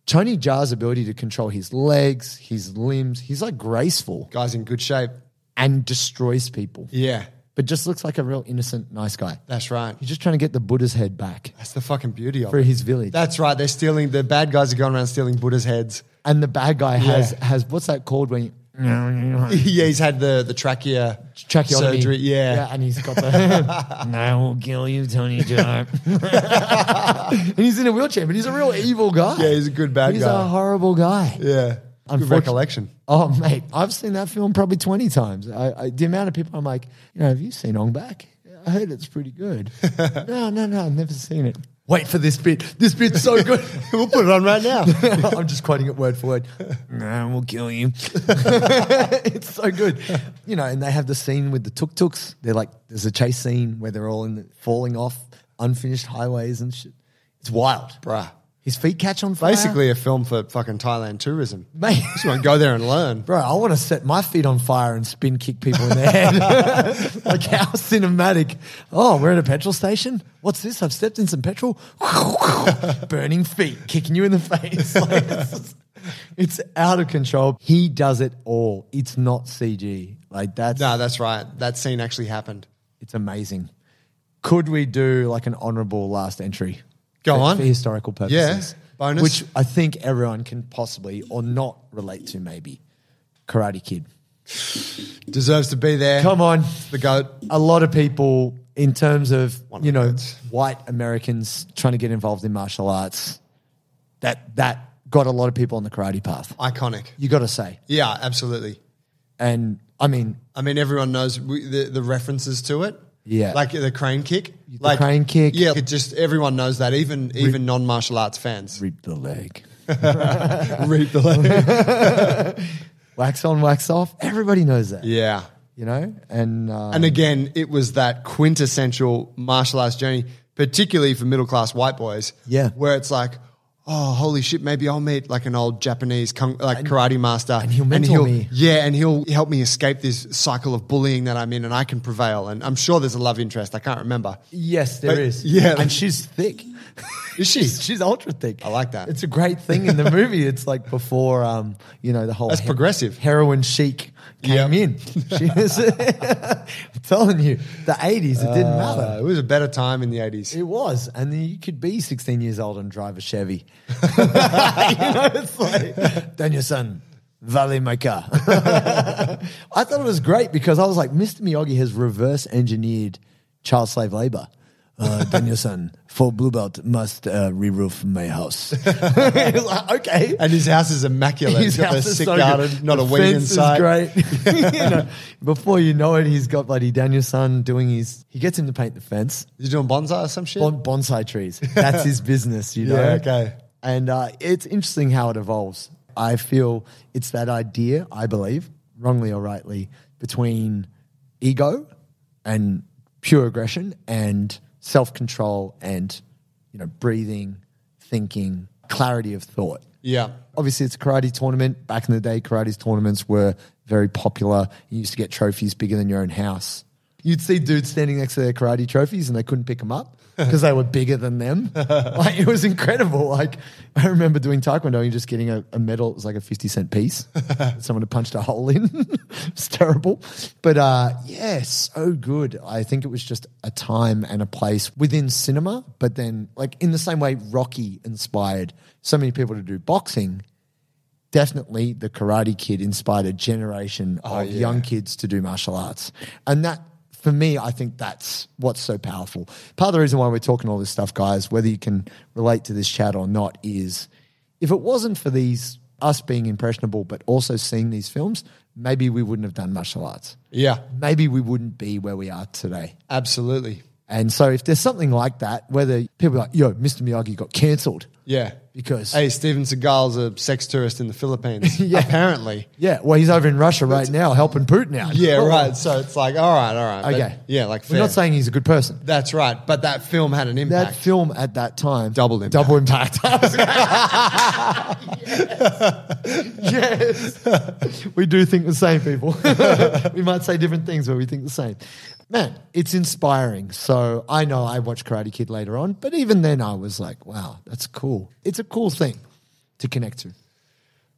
Speaker 2: Tony Jar's ability to control his legs, his limbs, he's like graceful
Speaker 3: Guy's in good shape.
Speaker 2: and destroys people,
Speaker 3: Yeah,
Speaker 2: but just looks like a real innocent, nice guy.
Speaker 3: that's right.
Speaker 2: He's just trying to get the Buddha's head back
Speaker 3: That's the fucking beauty of
Speaker 2: for
Speaker 3: it.
Speaker 2: his village.
Speaker 3: That's right. They're stealing, the bad guys are going around stealing Buddha's heads.
Speaker 2: and the bad guy has
Speaker 3: Yeah.
Speaker 2: has what's that called when you
Speaker 3: (laughs) yeah, he's had the, the trachea,
Speaker 2: tracheotomy?
Speaker 3: surgery. Yeah.
Speaker 2: and he's got
Speaker 3: (laughs)
Speaker 2: the (laughs) I will kill you, Tony Jaa. (laughs) and he's in a wheelchair, but he's a real evil guy.
Speaker 3: Yeah, he's a good bad
Speaker 2: he's
Speaker 3: guy.
Speaker 2: a horrible guy.
Speaker 3: yeah. Good
Speaker 2: Unfortunate-
Speaker 3: recollection.
Speaker 2: Oh mate, I've seen that film probably twenty times. I, I, the amount of people I'm like, you know, have you seen Ong Bak? I heard it's pretty (laughs) good. no, no, no, I've never seen it. Wait for this bit. This bit's so good. (laughs)
Speaker 3: we'll put it on right now.
Speaker 2: I'm just quoting it word for (laughs) word. No, we'll kill you. (laughs) it's so good. You know, and they have the scene with the tuk tuks. They're like, there's a chase scene where they're all in the, falling off unfinished highways and shit. It's wild.
Speaker 3: Bruh.
Speaker 2: His feet catch on fire.
Speaker 3: Basically, a film for fucking Thailand tourism.
Speaker 2: Mate.
Speaker 3: Just want to go there and learn.
Speaker 2: Bro, I want to set my feet on fire and spin kick people in the head. (laughs) like how cinematic. Oh, we're at a petrol station? What's this? I've stepped in some petrol. (laughs) Burning feet, kicking you in the face. (laughs) Like, it's, just- it's out of control. He does it all. It's not CG. Like that's
Speaker 3: No, that's right. That scene actually happened.
Speaker 2: it's amazing. Could we do like an honorable last entry?
Speaker 3: Go
Speaker 2: for,
Speaker 3: on.
Speaker 2: For historical purposes.
Speaker 3: Yeah, bonus.
Speaker 2: Which I think everyone can possibly or not relate to, maybe. Karate Kid.
Speaker 3: Deserves to be there.
Speaker 2: Come on.
Speaker 3: The goat.
Speaker 2: A lot of people, in terms of,
Speaker 3: One of
Speaker 2: you know,
Speaker 3: those.
Speaker 2: white Americans trying to get involved in martial arts, that, that got a lot of people on the karate path.
Speaker 3: Iconic.
Speaker 2: You got to say.
Speaker 3: Yeah, absolutely.
Speaker 2: And I mean,
Speaker 3: I mean, everyone knows we, the, the references to it.
Speaker 2: Yeah.
Speaker 3: Like the crane kick. like
Speaker 2: crane kick.
Speaker 3: Yeah, it just everyone knows that, even even non martial arts fans.
Speaker 2: reap the leg.
Speaker 3: Reap the leg.
Speaker 2: Wax on, wax off. Everybody knows that,
Speaker 3: (laughs) yeah.
Speaker 2: you know? And, uh,
Speaker 3: And again, it was that quintessential martial arts journey, particularly for middle class white boys.
Speaker 2: Yeah.
Speaker 3: Where it's like, oh, holy shit, maybe I'll meet like an old Japanese kung, like karate master,
Speaker 2: and he'll mentor me.
Speaker 3: Yeah, and he'll help me escape this cycle of bullying that I'm in, and I can prevail. And I'm sure there's a love interest. I can't remember.
Speaker 2: Yes, there
Speaker 3: But-
Speaker 2: is.
Speaker 3: yeah, like-
Speaker 2: and she's
Speaker 3: (laughs)
Speaker 2: thick.
Speaker 3: Is she?
Speaker 2: She's, she's ultra thick.
Speaker 3: I like that.
Speaker 2: It's a great thing
Speaker 3: (laughs)
Speaker 2: in the movie. It's like before, um, you know, the whole
Speaker 3: That's progressive.
Speaker 2: heroin chic came
Speaker 3: Yep. (laughs)
Speaker 2: in. She was, (laughs) I'm telling you, the eighties. It didn't
Speaker 3: Uh,
Speaker 2: matter.
Speaker 3: it was a better time in the 80s.
Speaker 2: It was, and then you could be 16 years old and drive a
Speaker 3: (laughs)
Speaker 2: Chevy. (laughs) you know, it's like then your son. Vale my car. (laughs) I thought it was great because I was like, Mr. Miyagi has reverse engineered child slave labor.
Speaker 3: (laughs)
Speaker 2: Uh, then your son, for blue belt, must uh, re-roof my
Speaker 3: (laughs)
Speaker 2: house. It's like, okay.
Speaker 3: And his house is immaculate.
Speaker 2: His
Speaker 3: he's got
Speaker 2: house
Speaker 3: the
Speaker 2: is
Speaker 3: sick
Speaker 2: so good.
Speaker 3: garden, not
Speaker 2: The
Speaker 3: a weed
Speaker 2: fence
Speaker 3: inside.
Speaker 2: Is great. (laughs)
Speaker 3: (laughs)
Speaker 2: You know, before you know it, he's got bloody Daniel's son doing his. He gets him to paint the fence.
Speaker 3: You doing bonsai or some shit?
Speaker 2: Bon- bonsai trees. That's his business, you know.
Speaker 3: (laughs) Yeah, okay.
Speaker 2: And uh, it's interesting how it evolves. I feel it's that idea, I believe, wrongly or rightly, between ego and pure aggression and self control and, you know, breathing, thinking, clarity of thought.
Speaker 3: yeah.
Speaker 2: Obviously, it's a karate tournament. Back in the day, karate's tournaments were very popular. You used to get trophies bigger than your own house. You'd see dudes standing next to their karate trophies and they couldn't pick them up because they were bigger than them. like, it was incredible. Like, I remember doing taekwondo and just getting a, a medal. It was like a 50 cent piece. that Someone had punched a hole in. (laughs) it's terrible. But uh, yeah, so good. I think it was just a time and a place within cinema. But then, like, in the same way, Rocky inspired so many people to do boxing definitely the Karate Kid inspired a generation
Speaker 3: Oh,
Speaker 2: of young kids to do martial arts. And that, for me, I think that's what's so powerful. Part of the reason why we're talking all this stuff, guys, whether you can relate to this chat or not, is if it wasn't for these, us being impressionable, but also seeing these films, maybe we wouldn't have done martial arts.
Speaker 3: Yeah.
Speaker 2: Maybe we wouldn't be where we are today.
Speaker 3: Absolutely.
Speaker 2: And so if there's something like that, whether people are like, yo, Mr. Miyagi got cancelled.
Speaker 3: Yeah.
Speaker 2: Because-
Speaker 3: Hey, Steven Seagal's a sex tourist in the
Speaker 2: (laughs)
Speaker 3: Philippines.
Speaker 2: Yeah.
Speaker 3: Apparently.
Speaker 2: Yeah, well, he's over in Russia right now helping Putin out.
Speaker 3: Yeah, right. So it's like, all right, all right. but
Speaker 2: Okay.
Speaker 3: yeah, like
Speaker 2: we're
Speaker 3: fair.
Speaker 2: not saying he's a good person.
Speaker 3: that's right. But that film had an
Speaker 2: That
Speaker 3: impact.
Speaker 2: film at that time
Speaker 3: Double impact.
Speaker 2: Double
Speaker 3: (laughs)
Speaker 2: impact. (laughs) yes. yes. We do think the same, people. (laughs) we might say different things, but we think the same. Man, it's inspiring. So I know I watched Karate Kid later on, but even then I was like, wow, that's cool. It's a cool thing to connect to.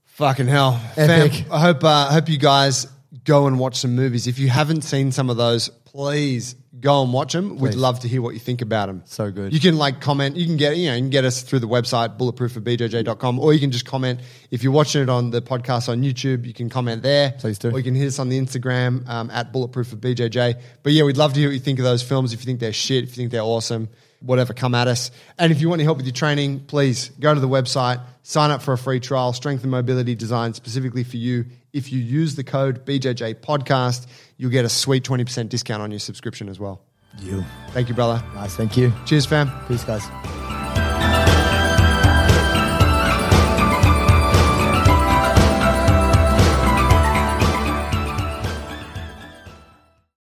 Speaker 3: Fucking hell.
Speaker 2: Epic.
Speaker 3: Fam, I hope uh, I hope you guys go and watch some movies. If you haven't seen some of those, please go and watch them. We'd
Speaker 2: Please.
Speaker 3: love to hear what you think about them.
Speaker 2: So good.
Speaker 3: You can like comment, you can get you know, you can get us through the website bulletproofforbjj.com or you can just comment if you're watching it on the podcast on YouTube, you can comment there.
Speaker 2: Please do.
Speaker 3: Or you can hit us on the Instagram um, at bulletproof for BJJ. But yeah, we'd love to hear what you think of those films. If you think they're shit, if you think they're awesome, whatever, come at us. And if you want any help with your training, please go to the website, sign up for a free trial. Strength and mobility designed specifically for you. If you use the code BJJ podcast, you'll get a sweet twenty percent discount on your subscription as well.
Speaker 2: You.
Speaker 3: Thank you, brother.
Speaker 2: Guys, thank you.
Speaker 3: Cheers, fam.
Speaker 2: Peace, guys.